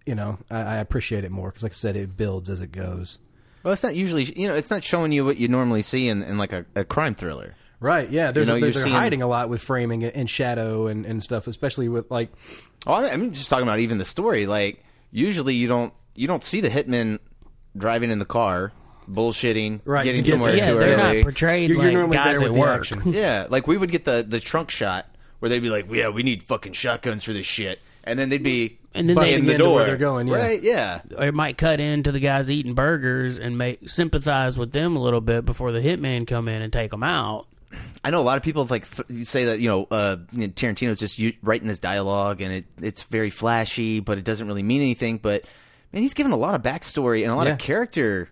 Speaker 1: you know, I, I appreciate it more because, like I said, it builds as it goes.
Speaker 9: Well, it's not usually you know it's not showing you what you normally see in, in like a, a crime thriller.
Speaker 1: Right? Yeah, there's
Speaker 9: You know,
Speaker 1: they're,
Speaker 9: you're
Speaker 1: they're
Speaker 9: seeing-
Speaker 1: hiding a lot with framing and- and shadow and, and stuff, especially with like.
Speaker 9: Oh, I- I'm just talking about even the story. Like usually you don't you don't see the hitman driving in the car, bullshitting,
Speaker 10: Right,
Speaker 9: getting
Speaker 10: to get
Speaker 9: somewhere
Speaker 10: there. Yeah,
Speaker 9: too
Speaker 10: they're not
Speaker 9: early.
Speaker 10: portrayed You're- you're like normally guys there at with the work. action.
Speaker 9: yeah, like we would get the the trunk shot where they'd be like, "Yeah, we need fucking shotguns for this shit," and then they'd be
Speaker 10: and then
Speaker 9: busting
Speaker 10: they,
Speaker 9: the door. Right? Yeah.
Speaker 10: Or it might cut into the guys eating burgers and make sympathize with them a little bit before the hitman come in and take them out.
Speaker 9: I know a lot of people like th- you say that you know, uh, you know Tarantino's just u- writing this dialogue and it it's very flashy, but it doesn't really mean anything. But man, he's given a lot of backstory and a lot
Speaker 10: Yeah.
Speaker 9: of character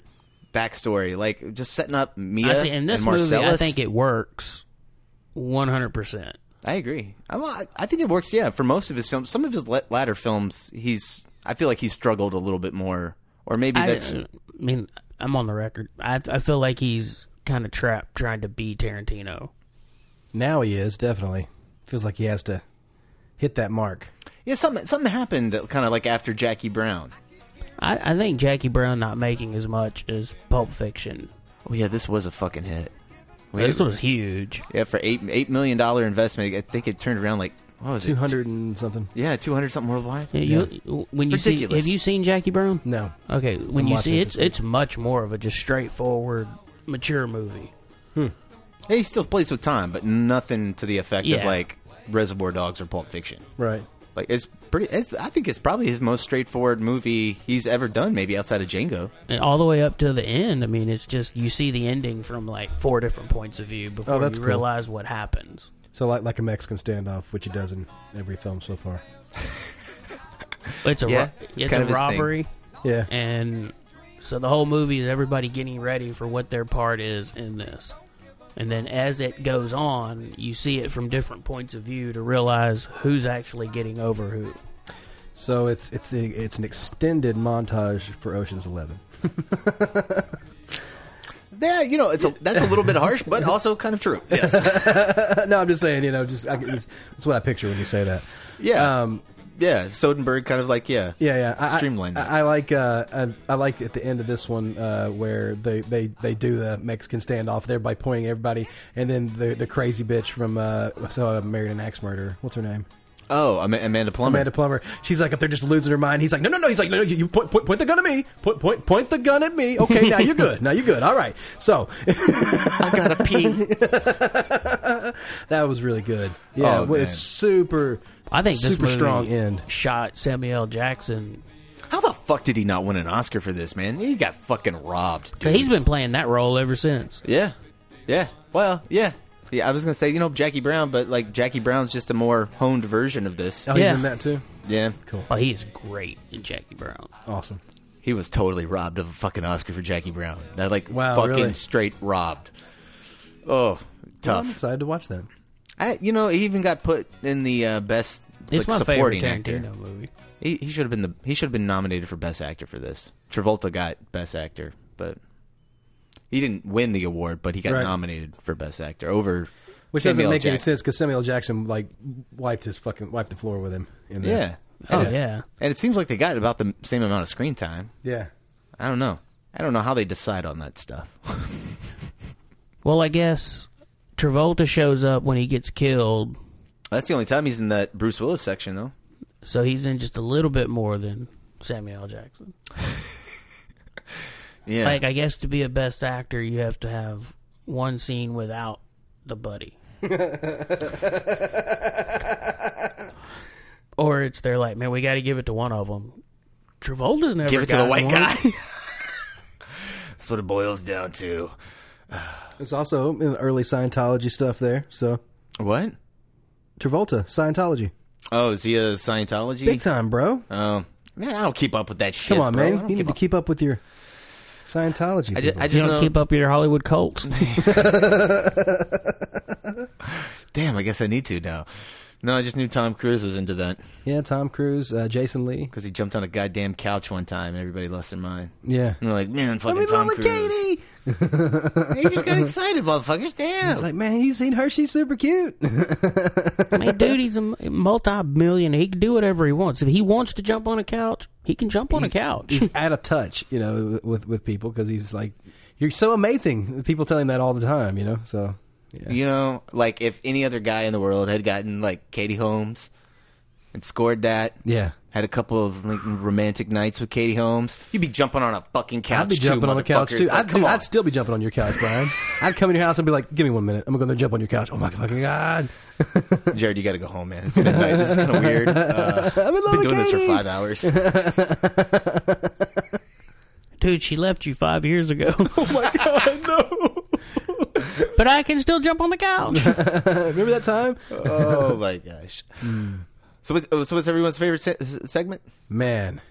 Speaker 9: backstory, like just setting up Mia
Speaker 10: I see. In this
Speaker 9: and
Speaker 10: movie,
Speaker 9: Marcellus.
Speaker 10: I think it works one hundred percent.
Speaker 9: I agree. I'm, I I think it works. Yeah, for most of his films, some of his la- latter films, he's I feel like he struggled a little bit more, or maybe
Speaker 10: I-
Speaker 9: that's
Speaker 10: I mean, I'm on the record. I I feel like he's kind of trapped trying to be Tarantino.
Speaker 1: Now he is definitely feels like he has to hit that mark.
Speaker 9: yeah. Something something happened kind of like after Jackie Brown.
Speaker 10: I, I think Jackie Brown not making as much as Pulp Fiction.
Speaker 9: Oh yeah, this was a fucking hit.
Speaker 10: This was huge.
Speaker 9: Yeah, for eight eight million dollar investment, I think it turned around like what was it?
Speaker 1: Two hundred and something.
Speaker 9: Yeah, two hundred something worldwide.
Speaker 10: Yeah, you- When you see,
Speaker 9: Ridiculous.
Speaker 10: have you seen Jackie Brown?
Speaker 1: No.
Speaker 10: Okay, when
Speaker 9: I'm
Speaker 10: you
Speaker 9: watching
Speaker 10: see
Speaker 9: it
Speaker 10: it's it's much more of a just straightforward, mature movie.
Speaker 9: Hey, he still plays with time, but nothing to the effect of
Speaker 10: Yeah.
Speaker 9: like Reservoir Dogs or Pulp Fiction.
Speaker 1: Right.
Speaker 9: Like it's pretty. It's I think it's probably his most straightforward movie he's ever done, maybe outside of Django.
Speaker 10: And all the way up to the end, I mean, it's just you see the ending from like four different points of view before
Speaker 1: that's
Speaker 10: you
Speaker 1: cool.
Speaker 10: realize what happens.
Speaker 1: So like like a Mexican standoff, which he does in every film so far.
Speaker 10: It's a ro-
Speaker 1: Yeah, it's
Speaker 10: it's,
Speaker 1: kind
Speaker 10: a
Speaker 1: of his thing.
Speaker 10: robbery.
Speaker 1: Yeah.
Speaker 10: and so the whole movie is everybody getting ready for what their part is in this. And then as it goes on, you see it from different points of view to realize who's actually getting over who.
Speaker 1: So it's it's the, it's an extended montage for Ocean's Eleven.
Speaker 9: Yeah, you know, it's a, that's a little bit harsh, but also kind of true. Yes.
Speaker 1: no, I'm just saying, you know, just I, can- it's, it's what I picture when you say that.
Speaker 9: Yeah. yeah. Soderbergh kind of like yeah.
Speaker 1: Um, Yeah, yeah. I, I-
Speaker 9: Streamlined.
Speaker 1: I, I like uh, I, I like at the end of this one uh, where they, they, they do the Mexican standoff there by pointing at everybody, and then the the crazy bitch from uh, so I married an axe murderer. What's her name?
Speaker 9: Oh, Ama- Amanda Plummer.
Speaker 1: Amanda Plummer. She's like up there just losing her mind. He's like, no, no, no. He's like, no, no you you point, point, point the gun at me. Point, point, point the gun at me. Okay, now you're good. Now you're good. All right. So I
Speaker 9: gotta pee.
Speaker 1: that was really good. Yeah,
Speaker 10: Oh,
Speaker 1: well,
Speaker 10: man.
Speaker 1: it's super.
Speaker 10: I think this
Speaker 1: super
Speaker 10: movie
Speaker 1: strong end.
Speaker 10: shot Samuel L. Jackson.
Speaker 9: How the fuck did he not win an Oscar for this, man? He got fucking robbed.
Speaker 10: But He's been playing that role ever since.
Speaker 9: Yeah. Yeah. Well, yeah. Yeah, I was gonna say, you know, Jackie Brown, but like Jackie Brown's just a more honed version of this.
Speaker 1: Oh, he's Yeah. in that too?
Speaker 9: Yeah.
Speaker 1: Cool.
Speaker 10: Oh, he is great in Jackie Brown.
Speaker 1: Awesome.
Speaker 9: He was totally robbed of a fucking Oscar for Jackie Brown. That like
Speaker 1: Wow,
Speaker 9: fucking
Speaker 1: really?
Speaker 9: straight robbed. Oh,
Speaker 1: Well,
Speaker 9: tough.
Speaker 1: I'm excited to watch that.
Speaker 9: I, you know, he even got put in the uh, best
Speaker 10: It's
Speaker 9: like,
Speaker 10: my
Speaker 9: supporting
Speaker 10: favorite
Speaker 9: actor.
Speaker 10: Tarantino movie.
Speaker 9: He, he should have been the he should have been nominated for best actor for this. Travolta got best actor, but he didn't win the award, but he got
Speaker 1: Right.
Speaker 9: nominated for best actor over
Speaker 1: Which
Speaker 9: Samuel
Speaker 1: doesn't
Speaker 9: L.
Speaker 1: make any
Speaker 9: Jackson.
Speaker 1: sense because Samuel L. Jackson like wiped his fucking wiped the floor with him in this.
Speaker 9: Yeah.
Speaker 1: Oh,
Speaker 10: Oh,
Speaker 9: And it seems like they got about the same amount of screen time.
Speaker 1: Yeah.
Speaker 9: I don't know. I don't know how they decide on that stuff.
Speaker 10: Well, I guess Travolta shows up when he gets killed,
Speaker 9: That's the only time he's in that Bruce Willis section, though.
Speaker 10: so he's in just a little bit more than Samuel L. Jackson.
Speaker 9: Yeah.
Speaker 10: Like, I guess to be a best actor, you have to have one scene without the buddy. Or it's they're like, man, we got to give it to one of them. Travolta's never
Speaker 9: Give it to the
Speaker 10: gotten
Speaker 9: white
Speaker 10: one.
Speaker 9: guy. That's what it boils down to.
Speaker 1: It's also in the early Scientology stuff there. So
Speaker 9: what?
Speaker 1: Travolta Scientology,
Speaker 9: Oh, is he a Scientology?
Speaker 1: big time, bro.
Speaker 9: Oh man, I don't keep up with that shit.
Speaker 1: Come on,
Speaker 9: bro. I
Speaker 1: man.
Speaker 9: don't
Speaker 1: You need
Speaker 9: keep
Speaker 1: to keep up with your Scientology.
Speaker 9: I ju-
Speaker 1: people.
Speaker 9: I just You don't know- keep
Speaker 10: up your Hollywood cults.
Speaker 9: up- Damn, I guess I need to now. No, I just knew Tom Cruise was into that
Speaker 1: yeah, Tom Cruise, uh, Jason Lee.
Speaker 9: because he jumped on a goddamn couch one time. and Everybody lost their mind.
Speaker 1: Yeah.
Speaker 9: and they're like, man, fucking
Speaker 1: mean,
Speaker 9: Tom
Speaker 1: Lola
Speaker 9: Cruise.
Speaker 1: Katie!
Speaker 9: he just got excited, motherfuckers. Damn.
Speaker 1: It's like, man, you seen her? She's super cute.
Speaker 10: I mean, dude, he's a multi-millionaire. He can do whatever he wants. If he wants to jump on a couch, he can jump on a couch.
Speaker 1: he's out of touch, you know, with with people because he's like, you're so amazing. People tell him that all the time, you know. So
Speaker 9: You know, like if any other guy in the world had gotten like Katie Holmes and scored that,
Speaker 1: Yeah.
Speaker 9: had a couple of like, romantic nights with Katie Holmes, you'd be jumping on a fucking couch.
Speaker 1: I'd be
Speaker 9: too,
Speaker 1: jumping on the couch
Speaker 9: motherfuckers.
Speaker 1: too.
Speaker 9: Like,
Speaker 1: I'd,
Speaker 9: come
Speaker 1: dude,
Speaker 9: on.
Speaker 1: I'd still be jumping on your couch, Brian. I'd come in your house and be like, "Give me one minute. I'm gonna go jump on your couch." Oh my fucking god!
Speaker 9: Jared, you got to go home, man. It's midnight. This is kind of weird. Uh,
Speaker 1: I'm in love
Speaker 9: been
Speaker 1: with
Speaker 9: doing this for
Speaker 1: Katie.
Speaker 9: five hours.
Speaker 10: Dude, she left you five years ago. oh
Speaker 1: my god,
Speaker 10: no. but I can still jump on the couch.
Speaker 1: Remember that time?
Speaker 9: oh my gosh.
Speaker 1: Hmm.
Speaker 9: So what's, oh, so what's everyone's favorite se- segment?
Speaker 1: Man,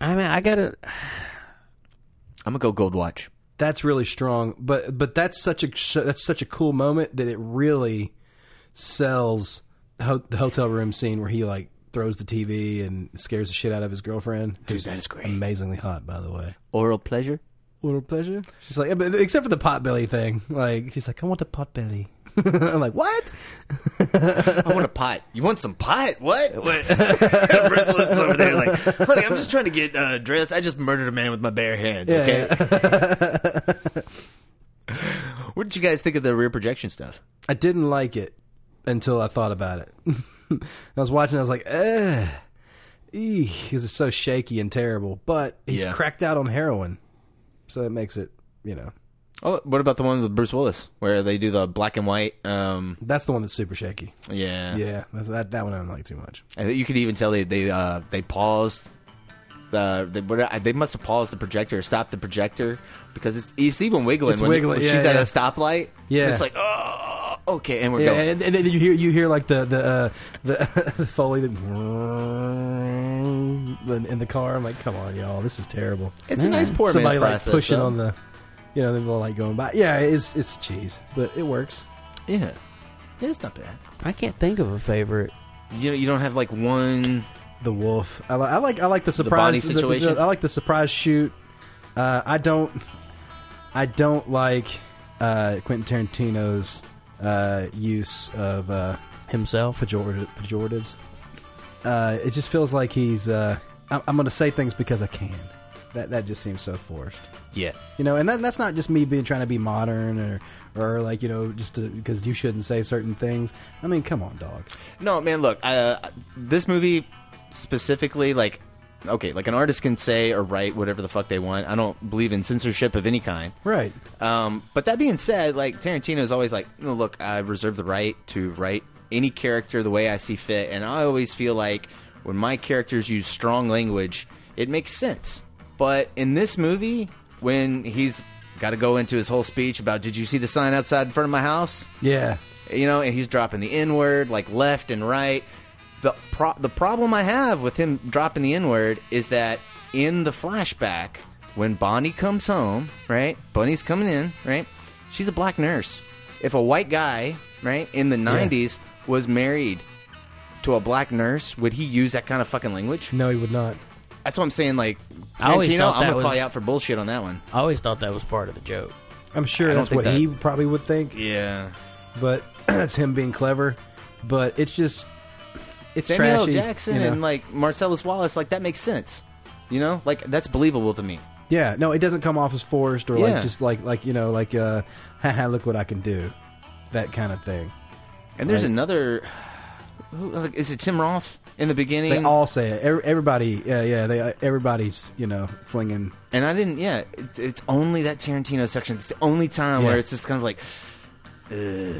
Speaker 10: I mean, I gotta.
Speaker 9: I'm gonna go Gold Watch.
Speaker 1: That's really strong, but but that's such a sh- that's such a cool moment that it really sells ho- the hotel room scene where he like throws the TV and scares the shit out of his girlfriend. Dude, that is great. Amazingly hot, by the way.
Speaker 9: Oral pleasure.
Speaker 1: Oral pleasure. She's like, yeah, but except for the potbelly thing. Like she's like, I want a potbelly. I'm like, what?
Speaker 9: I want a pot. You want some pot? What? what? Bristle's over there like, honey, I'm just trying to get uh, dressed. I just murdered a man with my bare hands.
Speaker 1: Yeah,
Speaker 9: okay. what did you guys think of the rear projection stuff?
Speaker 1: I didn't like it until I thought about it. I was watching. I was like, eh, because it's so shaky and terrible. But he's
Speaker 9: Yeah.
Speaker 1: cracked out on heroin, so it makes it, you know,
Speaker 9: Oh, what about the one with Bruce Willis where they do the black and white? Um,
Speaker 1: that's the one that's super shaky.
Speaker 9: yeah,
Speaker 1: Yeah, that's, that that one I don't like too much.
Speaker 9: And you could even tell they they uh, they paused. The, they, what- uh, they must have paused the projector or stopped the projector because it's, it's even wiggling.
Speaker 1: It's
Speaker 9: when,
Speaker 1: wiggling,
Speaker 9: when
Speaker 1: yeah,
Speaker 9: she's at a
Speaker 1: yeah.
Speaker 9: stoplight.
Speaker 1: Yeah.
Speaker 9: It's like, oh, okay, and we're
Speaker 1: Yeah,
Speaker 9: going.
Speaker 1: and, and then you hear you hear like the the uh, the, the foley that in, in the car. I'm like, come on, y'all, this is terrible.
Speaker 9: It's a nice poor man's
Speaker 1: Somebody like
Speaker 9: process,
Speaker 1: pushing
Speaker 9: though.
Speaker 1: on the, you know, the little light going by. Yeah, it's it's cheese, but it works.
Speaker 9: Yeah. yeah, it's not bad.
Speaker 10: I can't think of a favorite.
Speaker 9: You know, you don't have like one.
Speaker 1: The wolf. I, li- I like I like the
Speaker 9: The Bonnie
Speaker 1: surprise the- the-
Speaker 9: situation?
Speaker 1: I like the surprise shoot. Uh, I don't I don't like uh, Quentin Tarantino's uh, use of uh,
Speaker 10: himself
Speaker 1: pejor- pejoratives. Uh, it just feels like he's. Uh, I- I'm going to say things because I can. That that just seems so forced.
Speaker 9: Yeah.
Speaker 1: You know, and that, that's not just me being trying to be modern or or like you know just because you shouldn't say certain things. I mean, come on, dog.
Speaker 9: No, man, look, uh, this movie specifically, like, okay, like an artist can say or write whatever the fuck they want. I don't believe in censorship of any kind.
Speaker 1: Right.
Speaker 9: Um, but that being said, like, Tarantino is always like, no, look, I reserve the right to write any character the way I see fit. And I always feel like when my characters use strong language, it makes sense. But in this movie, when he's got to go into his whole speech about, did you see the sign outside in front of my house?
Speaker 1: Yeah.
Speaker 9: you know, and he's dropping the N word like left and right. The pro- the problem I have with him dropping the N word is that in the flashback when Bonnie comes home, right? Bonnie's coming in, right? She's a black nurse. If a white guy, right, in the '90s was married to a black nurse, would he use that kind of fucking language?
Speaker 1: No, he would not.
Speaker 9: That's what I'm saying. Like,
Speaker 10: I always
Speaker 9: Tarantino,
Speaker 10: thought
Speaker 9: I'm
Speaker 10: that
Speaker 9: gonna call
Speaker 10: was-
Speaker 9: you out for bullshit on that one.
Speaker 10: I always thought that was part of the joke.
Speaker 1: I'm sure
Speaker 9: I don't
Speaker 1: that's
Speaker 9: think
Speaker 1: what
Speaker 9: that-
Speaker 1: he probably would think.
Speaker 9: Yeah.
Speaker 1: But that's him being clever. But it's just it's
Speaker 9: Samuel L.
Speaker 1: trashy,
Speaker 9: Jackson
Speaker 1: you know?
Speaker 9: and like Marcellus Wallace, like that makes sense. You know, like that's believable to me.
Speaker 1: Yeah, no, it doesn't come off as forced or
Speaker 9: Yeah.
Speaker 1: like just like like you know like uh, haha, look what I can do, that kind of thing.
Speaker 9: And there's
Speaker 1: Right.
Speaker 9: another. Who, like, is it Tim Roth in the beginning?
Speaker 1: They all say it. Every, everybody, yeah, yeah, they uh, everybody's you know flinging.
Speaker 9: and I didn't. Yeah, it, it's only that Tarantino section. It's the only time
Speaker 1: Yeah.
Speaker 9: where it's just kind of like, "Ugh,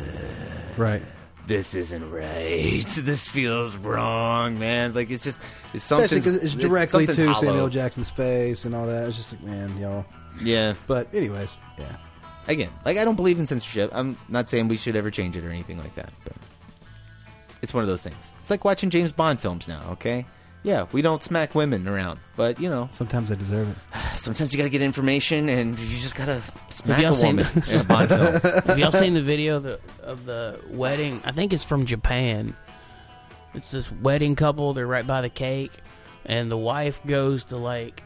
Speaker 1: Right.
Speaker 9: this isn't right. This feels wrong, man. Like it's just it's
Speaker 1: Especially
Speaker 9: something.
Speaker 1: because it's directly to
Speaker 9: hollow.
Speaker 1: Samuel Jackson's face and all that. It's just like, man, y'all.
Speaker 9: Yeah.
Speaker 1: But anyways, yeah.
Speaker 9: Again, like I don't believe in censorship. I'm not saying we should ever change it or anything like that. But it's one of those things. It's like watching James Bond films now. Okay. Yeah, we don't smack women around, but you know,
Speaker 1: Sometimes I deserve it.
Speaker 9: sometimes you gotta get information and you just gotta smack
Speaker 10: Have y'all
Speaker 9: a
Speaker 10: seen?
Speaker 9: woman in a Bond film.
Speaker 10: have y'all seen the video of the, of the wedding? I think it's from Japan. It's this wedding couple. They're right by the cake, and the wife goes to like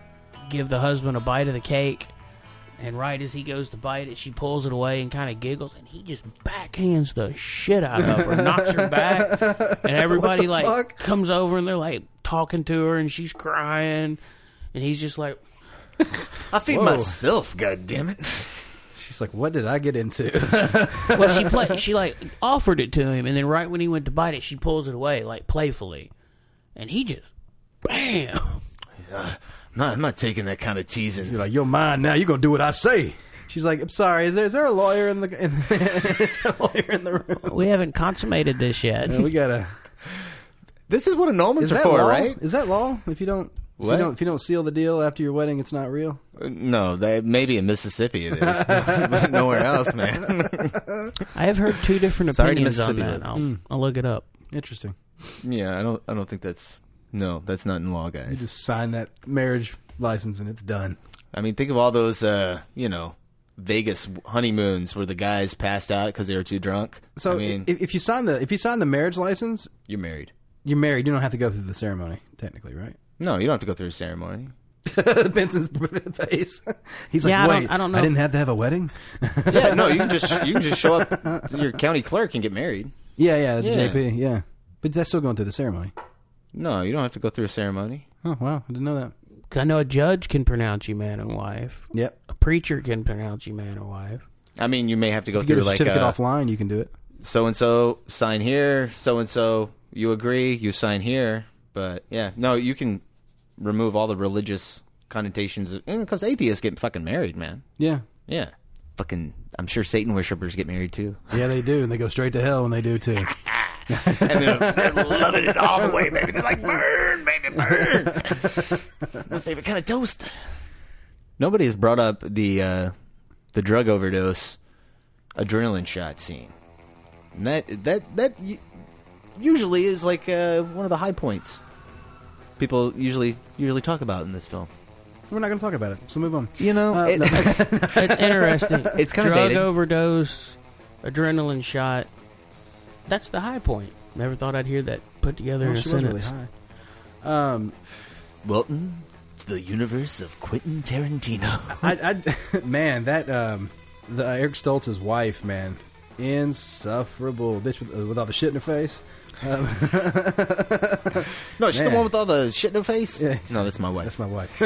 Speaker 10: give the husband a bite of the cake, And right as he goes to bite it, she pulls it away and kind of giggles, and he just backhands the shit out of her, knocks her back, and everybody like comes over and they're like talking to her, and she's crying, and he's just like,
Speaker 9: "I feed myself, god damn it."
Speaker 1: She's like, "What did I get into?"
Speaker 10: well, she play, she like offered it to him, and then right when he went to bite it, she pulls it away like playfully, and he just, bam.
Speaker 9: I'm not, I'm not taking that kind of teasing.
Speaker 1: You're like, you're mine now. You're gonna do what I say. She's like, I'm sorry. Is there is there a lawyer in the in, is there a lawyer in the room?
Speaker 10: We haven't consummated this yet.
Speaker 1: Yeah, we gotta.
Speaker 9: This is what annulments
Speaker 1: Is
Speaker 9: are
Speaker 1: that
Speaker 9: for,
Speaker 1: law?
Speaker 9: right?
Speaker 1: Is that law? If you don't, If
Speaker 9: What?
Speaker 1: you don't, if you don't seal the deal after your wedding, it's not real.
Speaker 9: No, that, maybe in Mississippi it is, but nowhere else, man.
Speaker 10: I have heard two different
Speaker 9: Sorry to
Speaker 10: opinions on
Speaker 9: Mississippi,
Speaker 10: that.
Speaker 9: but-
Speaker 10: I'll,
Speaker 9: Mm.
Speaker 10: I'll look it up.
Speaker 1: Interesting.
Speaker 9: Yeah, I don't. I don't think that's. No, that's not in law, guys.
Speaker 1: You just sign that marriage license and it's done.
Speaker 9: I mean, think of all those, uh, you know, Vegas honeymoons where the guys passed out because they were too drunk.
Speaker 1: So
Speaker 9: I mean,
Speaker 1: if, if you sign the if you sign the marriage license,
Speaker 9: you're married.
Speaker 1: you're married. You don't have to go through the ceremony technically, right?
Speaker 9: No, you don't have to go through a ceremony.
Speaker 1: Benson's face. He's like,
Speaker 10: Yeah, I
Speaker 1: wait,
Speaker 10: don't- I don't know
Speaker 1: didn't
Speaker 10: if-
Speaker 1: have to have a wedding.
Speaker 9: Yeah, no, you can just you can just show up to your county clerk and get married.
Speaker 1: Yeah, yeah, the
Speaker 9: Yeah.
Speaker 1: JP, yeah. But that's still going through the ceremony.
Speaker 9: No, you don't have to go through a ceremony.
Speaker 1: Oh wow, I didn't know that.
Speaker 10: 'Cause I know a judge can pronounce you man and wife.
Speaker 1: Yep.
Speaker 10: A preacher can pronounce you man and wife.
Speaker 9: I mean, you may have to go
Speaker 1: If you get
Speaker 9: through
Speaker 1: a
Speaker 9: like
Speaker 1: certificate
Speaker 9: uh,
Speaker 1: offline, you can do it.
Speaker 9: so and so sign here, so and so you agree, you sign here. But yeah, no, you can remove all the religious connotations because atheists get fucking married, man.
Speaker 1: Yeah.
Speaker 9: Yeah, fucking. I'm sure Satan worshippers get married too.
Speaker 1: Yeah, they do, and they go straight to hell when they do too.
Speaker 9: and they're, they're loving it all the way, baby. They're like, burn, baby, burn. My favorite kind of toast. Nobody has brought up the uh, the drug overdose adrenaline shot scene. And that that that u- usually is like uh, one of the high points people usually usually talk about in this film.
Speaker 1: We're not going to talk about it, so move on.
Speaker 9: You know, it-
Speaker 10: It's interesting.
Speaker 9: It's kinda
Speaker 10: drug
Speaker 9: dated.
Speaker 10: overdose, adrenaline shot. That's the high point. Never thought I'd hear that put together
Speaker 1: Oh,
Speaker 10: in a
Speaker 1: she was really
Speaker 10: sentence.
Speaker 1: high. Um,
Speaker 9: Welton to the universe of Quentin Tarantino.
Speaker 1: I, I man, that um, the, uh, Eric Stoltz's wife, man, insufferable bitch with, uh, with all the shit in her face. Um,
Speaker 9: No, she's
Speaker 1: Man.
Speaker 9: the one with all the shit in her face.
Speaker 1: Yeah.
Speaker 9: No, that's my wife. That's
Speaker 1: my wife.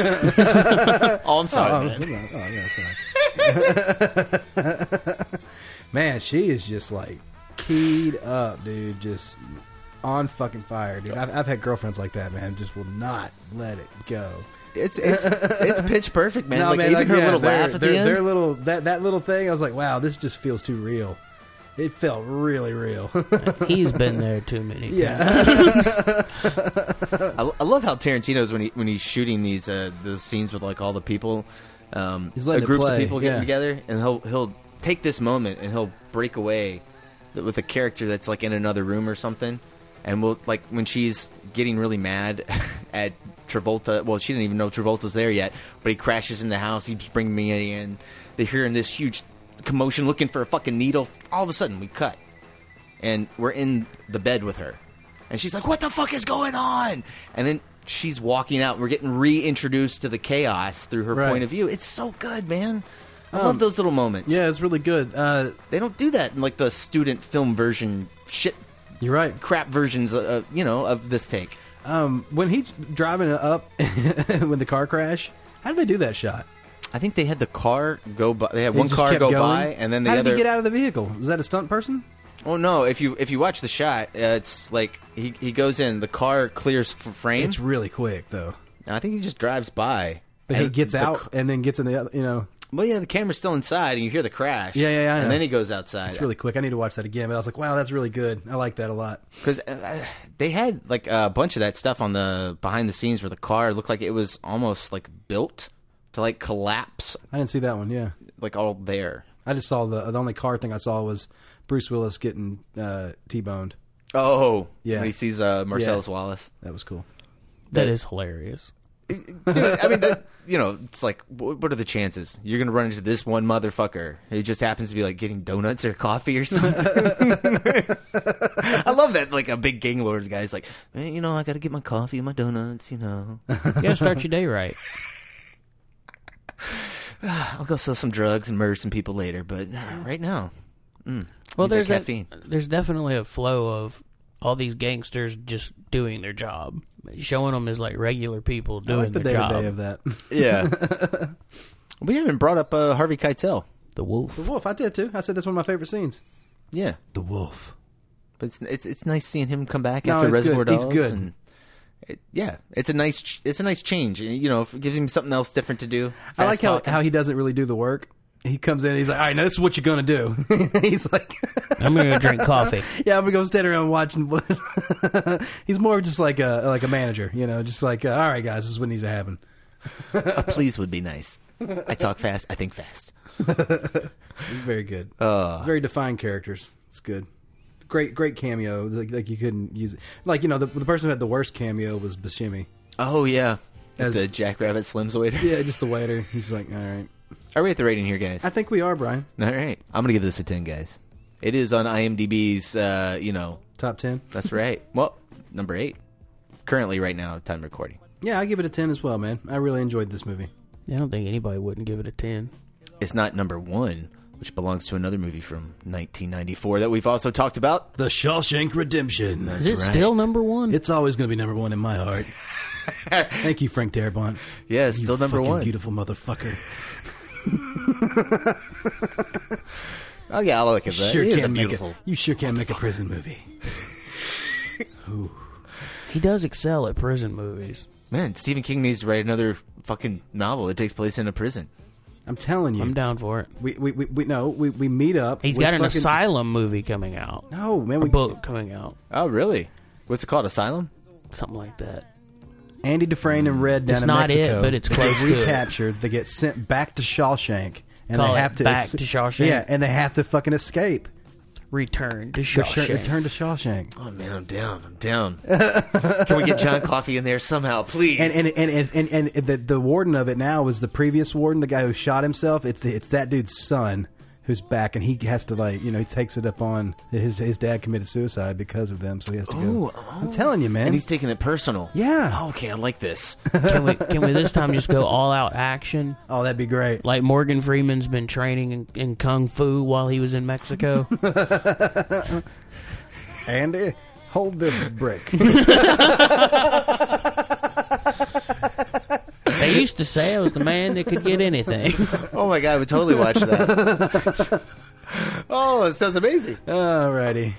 Speaker 9: oh, I'm sorry.
Speaker 1: oh,
Speaker 9: man.
Speaker 1: oh, oh, yeah, that's all right. man, she is just like keyed up, dude. Just on fucking fire, dude. I've, I've had girlfriends like that, man. Just will not let it go.
Speaker 9: It's it's it's pitch perfect, man.
Speaker 1: No,
Speaker 9: like even her
Speaker 1: yeah,
Speaker 9: little
Speaker 1: their-
Speaker 9: laugh at
Speaker 1: their-
Speaker 9: the end.
Speaker 1: Their little that that little thing. I was like, wow, this just feels too real. It felt really real.
Speaker 10: He's been there too many
Speaker 1: Yeah.
Speaker 10: times.
Speaker 9: I, I love how Tarantino's when he when he's shooting these uh, those scenes with like all the people, um,
Speaker 1: He's letting it
Speaker 9: the groups
Speaker 1: play,
Speaker 9: of people getting
Speaker 1: yeah.
Speaker 9: together, and he'll he'll take this moment and he'll break away with a character that's like in another room or something, and we'll like when she's getting really mad at Travolta. Well, she didn't even know Travolta's there yet, but he crashes in the house. He's bringing me in. They're hearing this huge commotion, looking for a fucking needle. All of a sudden, we cut and we're in the bed with her. And she's like, What the fuck is going on? And then she's walking out, and we're getting reintroduced to the chaos through her
Speaker 1: Right. Um,
Speaker 9: point of view. It's so good, man. I love those little moments.
Speaker 1: yeah, it's really good. Uh,
Speaker 9: They don't do that in like the student film version shit.
Speaker 1: You're right.
Speaker 9: Crap versions, uh, you know, of this take.
Speaker 1: um, when he's driving up when the car crash, how did they do that shot?
Speaker 9: I think they had the car go by. They had
Speaker 1: It
Speaker 9: one
Speaker 1: just
Speaker 9: car
Speaker 1: kept
Speaker 9: go
Speaker 1: going?
Speaker 9: by, and then the
Speaker 1: how
Speaker 9: other.
Speaker 1: did he get out of the vehicle? Was that a stunt person?
Speaker 9: Oh no! If you if you watch the shot, uh, it's like he, he goes in. The car clears f- frame.
Speaker 1: It's really quick though.
Speaker 9: I think he just drives by.
Speaker 1: But he
Speaker 9: And
Speaker 1: gets
Speaker 9: the
Speaker 1: out
Speaker 9: c-
Speaker 1: and then gets in the other. You know,
Speaker 9: Well, yeah, the camera's still inside, and you hear the crash.
Speaker 1: Yeah, yeah, yeah, I know.
Speaker 9: And then he goes outside. Uh,
Speaker 1: it's really quick. I need to watch that again. But I was like, wow, that's really good. I like that a lot.
Speaker 9: because uh, they had like a bunch of that stuff on the behind the scenes where the car looked like it was almost like built to like collapse,
Speaker 1: I didn't see that one. Yeah,
Speaker 9: like all there.
Speaker 1: I just saw the the only car thing I saw was Bruce Willis getting uh, t-boned.
Speaker 9: Oh,
Speaker 1: Yeah.
Speaker 9: When he sees uh, Marcellus
Speaker 1: Yeah.
Speaker 9: Wallace,
Speaker 1: That was cool.
Speaker 10: that is hilarious.
Speaker 9: dude. I mean, that, you know, it's like, wh- what are the chances you're gonna run into this one motherfucker who just happens to be like getting donuts or coffee or something? I love that. Like a big gang lord guy's like, "Eh, you know, I gotta get my coffee, and my donuts, you know.
Speaker 10: You gotta start your day right.
Speaker 9: "Ah, I'll go sell some drugs and murder some people later, but uh, right now, mm,
Speaker 10: Well,
Speaker 9: need that
Speaker 10: there's that
Speaker 9: caffeine.
Speaker 10: there's definitely a flow of all these gangsters just doing their job, showing them as like regular people doing
Speaker 1: the
Speaker 10: their job.
Speaker 1: day-to-day of that.
Speaker 9: Yeah. we haven't brought up uh, Harvey Keitel, the wolf.
Speaker 1: The wolf, I did too. I said that's one of my favorite scenes.
Speaker 9: Yeah,
Speaker 1: the wolf.
Speaker 9: But it's it's, it's nice seeing him come back
Speaker 1: No,
Speaker 9: after
Speaker 1: it's good.
Speaker 9: Reservoir
Speaker 1: He's
Speaker 9: Dogs.
Speaker 1: good.
Speaker 9: And it, yeah, it's a nice ch- it's a nice change. You know, it gives him something else different to do.
Speaker 1: I like
Speaker 9: Fast
Speaker 1: how,
Speaker 9: talking.
Speaker 1: how he doesn't really do the work. He comes in, he's like, "All right, now this is what you're gonna do." he's like,
Speaker 10: "I'm gonna go drink coffee."
Speaker 1: Yeah, I'm gonna go stand around watching. he's more just like a like a manager, you know, just like, uh, "All right, guys, this is what needs to happen."
Speaker 9: a please would be nice. I talk fast. I think fast.
Speaker 1: He's very good. very defined characters. It's good. Great, great cameo. Like, like you couldn't use it. Like you know, the, the person who had the worst cameo was Bashimi.
Speaker 9: Oh yeah, as the Jackrabbit Slims waiter.
Speaker 1: Yeah, just the waiter. He's like, all right.
Speaker 9: Are we at the rating here, guys?
Speaker 1: I think we are, Brian.
Speaker 9: All right, I'm gonna give this a ten, guys. It is on IMDb's, uh, you know,
Speaker 1: top ten.
Speaker 9: That's right. Well, number eight, currently right now, time of recording.
Speaker 1: Yeah, I give it a ten as well, man. I really enjoyed this movie.
Speaker 10: I don't think anybody wouldn't give it a ten.
Speaker 9: It's not number one, which belongs to another movie from 1994 that we've also talked about,
Speaker 1: The Shawshank Redemption.
Speaker 9: Is it right. still
Speaker 10: number one?
Speaker 1: It's always going to be number one in my heart. Thank you, Frank Darabont.
Speaker 9: Yeah,
Speaker 1: it's
Speaker 9: still number one.
Speaker 1: Beautiful motherfucker.
Speaker 9: Oh yeah, I'll look at that.
Speaker 1: Sure
Speaker 9: It is a
Speaker 1: can make
Speaker 9: beautiful
Speaker 1: you sure can make a prison movie.
Speaker 10: He does excel at prison movies.
Speaker 9: Man, Stephen King needs to write another fucking novel. It takes place in a prison.
Speaker 1: I'm telling you,
Speaker 10: I'm down for it.
Speaker 1: We we we, we no, we, we meet up.
Speaker 10: He's
Speaker 1: We
Speaker 10: got an
Speaker 1: fucking-
Speaker 10: asylum movie coming out.
Speaker 1: No man,
Speaker 10: a book coming out,
Speaker 9: Oh, really? What's it called? Asylum?
Speaker 10: something like that.
Speaker 1: Andy Dufresne and Red down
Speaker 10: It's
Speaker 1: in
Speaker 10: not it,
Speaker 1: Mexico.
Speaker 10: but it's close
Speaker 1: They
Speaker 10: to it.
Speaker 1: recaptured. They get sent back to Shawshank, and
Speaker 10: Call
Speaker 1: they
Speaker 10: it
Speaker 1: have to
Speaker 10: Back
Speaker 1: it's-
Speaker 10: to Shawshank.
Speaker 1: Yeah, and they have to fucking escape.
Speaker 10: Return to
Speaker 1: Return-
Speaker 10: Shawshank.
Speaker 1: Return to Shawshank.
Speaker 9: Oh man, I'm down. I'm down. Can we get John Coffey in there somehow, please?
Speaker 1: And and and and, and, and the, the warden of it now is the previous warden, the guy who shot himself. It's the, it's that dude's son who's back, and he has to like you know he takes it up on his his dad committed suicide because of them, so he has to
Speaker 9: Ooh,
Speaker 1: go. I'm telling
Speaker 10: oh.
Speaker 1: you, man.
Speaker 9: And he's taking it personal. Oh,
Speaker 1: Yeah.
Speaker 9: Okay, I like this.
Speaker 10: Can we can we this time just go all out action?
Speaker 1: Oh, that'd be great.
Speaker 10: Like Morgan Freeman's been training in, in kung fu while he was in Mexico.
Speaker 1: Andy, hold this brick.
Speaker 10: they used to say I was the man that could get anything.
Speaker 9: Oh my god, I would totally watch that. oh, it sounds amazing.
Speaker 1: Alrighty.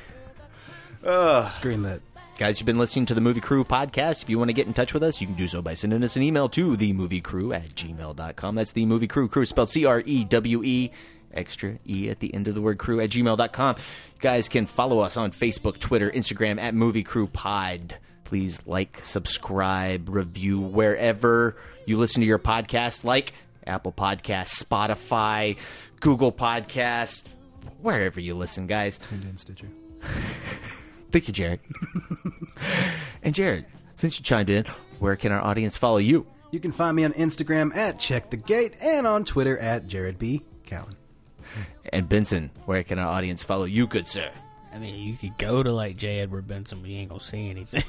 Speaker 9: Ugh.
Speaker 1: It's greenlit.
Speaker 9: Guys, you've been listening to the Movie Crew podcast. If you want to get in touch with us, you can do so by sending us an email to themoviecrew at gmail.com. That's the movie crew. Crew is spelled C R E W E. Extra E at the end of the word crew at gmail.com. You guys can follow us on Facebook, Twitter, Instagram at Movie Crew Pod. Please like, subscribe, review wherever you listen to your podcast, like Apple Podcasts, Spotify, Google Podcasts, wherever you listen, guys. Thank you, Jared. and Jared, since you chimed in, where can our audience follow you?
Speaker 1: You can find me on Instagram at Check the Gate and on Twitter at Jared B. Cowan.
Speaker 9: And Benson, where can our audience follow you, good sir?
Speaker 10: I mean, you could go to like J. Edward Benson, but you ain't gonna see anything.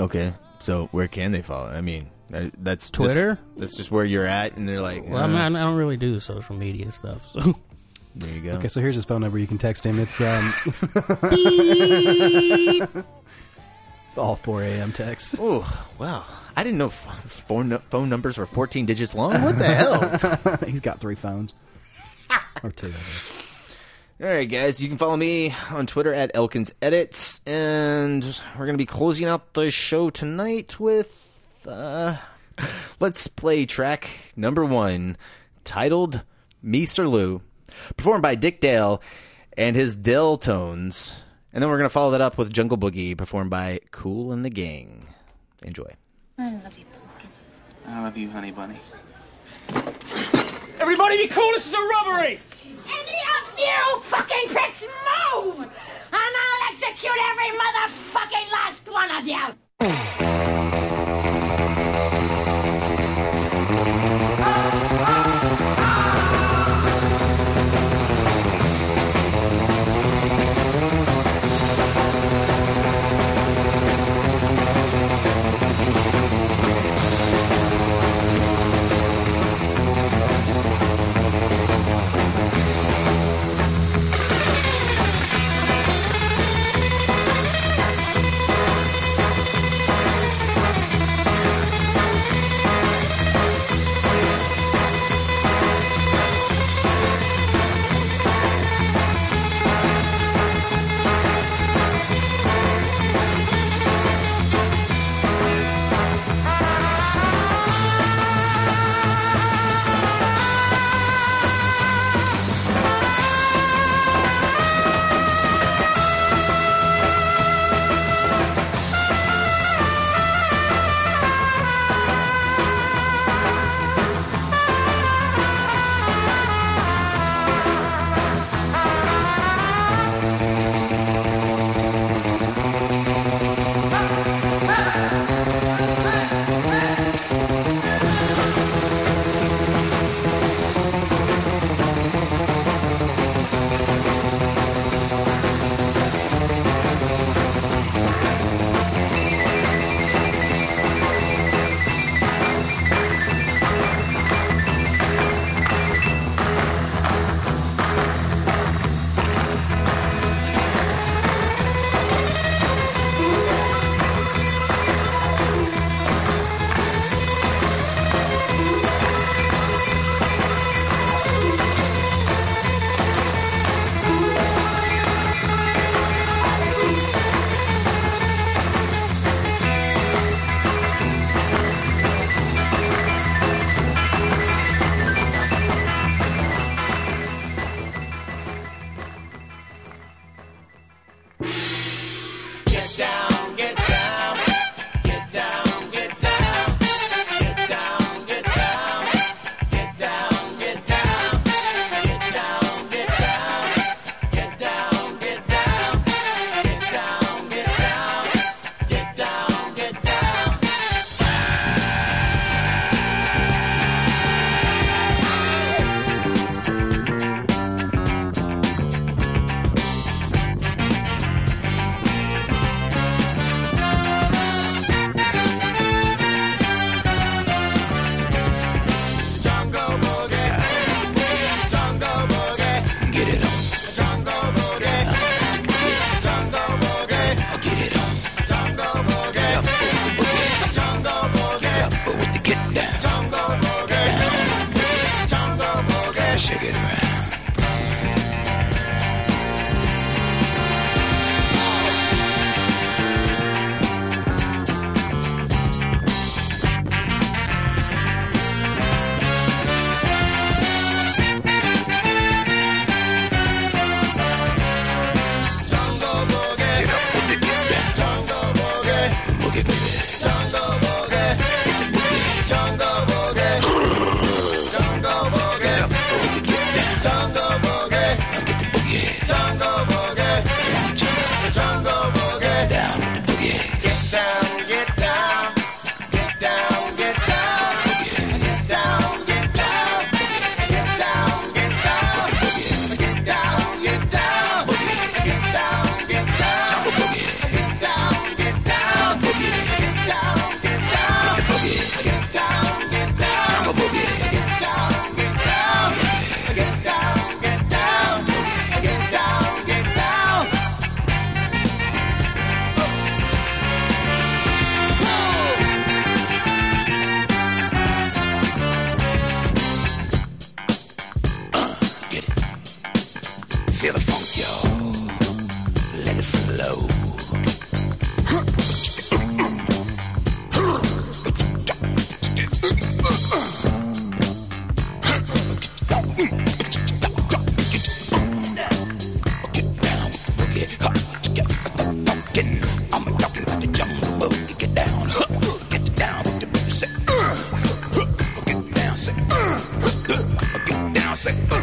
Speaker 9: Okay, so where can they follow? I mean, that- that's just-
Speaker 10: Twitter?
Speaker 9: that's just where you're at, and they're like,
Speaker 10: Well, I'm
Speaker 9: uh,
Speaker 10: not, I don't really do the social media stuff, so
Speaker 9: there you go.
Speaker 1: Okay, so here's his phone number. You can text him. It's um, all 4 a.m. texts.
Speaker 9: Oh, wow. I didn't know f- phone, nu- phone numbers were 14 digits long. What the hell?
Speaker 1: He's got three phones. or two. I think.
Speaker 9: All right, guys, you can follow me on Twitter at Elkins Edits, and we're going to be closing out the show tonight with uh, Let's Play track number one, titled Meester Lou, performed by Dick Dale and his Dell Tones. And then we're going to follow that up with Jungle Boogie, performed by Cool and the Gang. Enjoy.
Speaker 2: I love you, Pumpkin.
Speaker 15: I love you, honey bunny.
Speaker 5: Everybody be cool, this is a robbery!
Speaker 16: Any of you fucking pricks move! And I'll execute every motherfucking last one of you!
Speaker 6: Thank
Speaker 4: get it on. Shake it around. Feel the funk, yo. Let it flow. I'm talking about the jungle boogie. Get down, huh? get down with the boogie. Say, uh, huh, get down, say, uh, huh, get down, say, uh,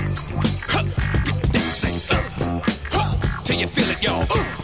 Speaker 4: huh, get down, say, uh, huh, till you feel it, y'all. Uh.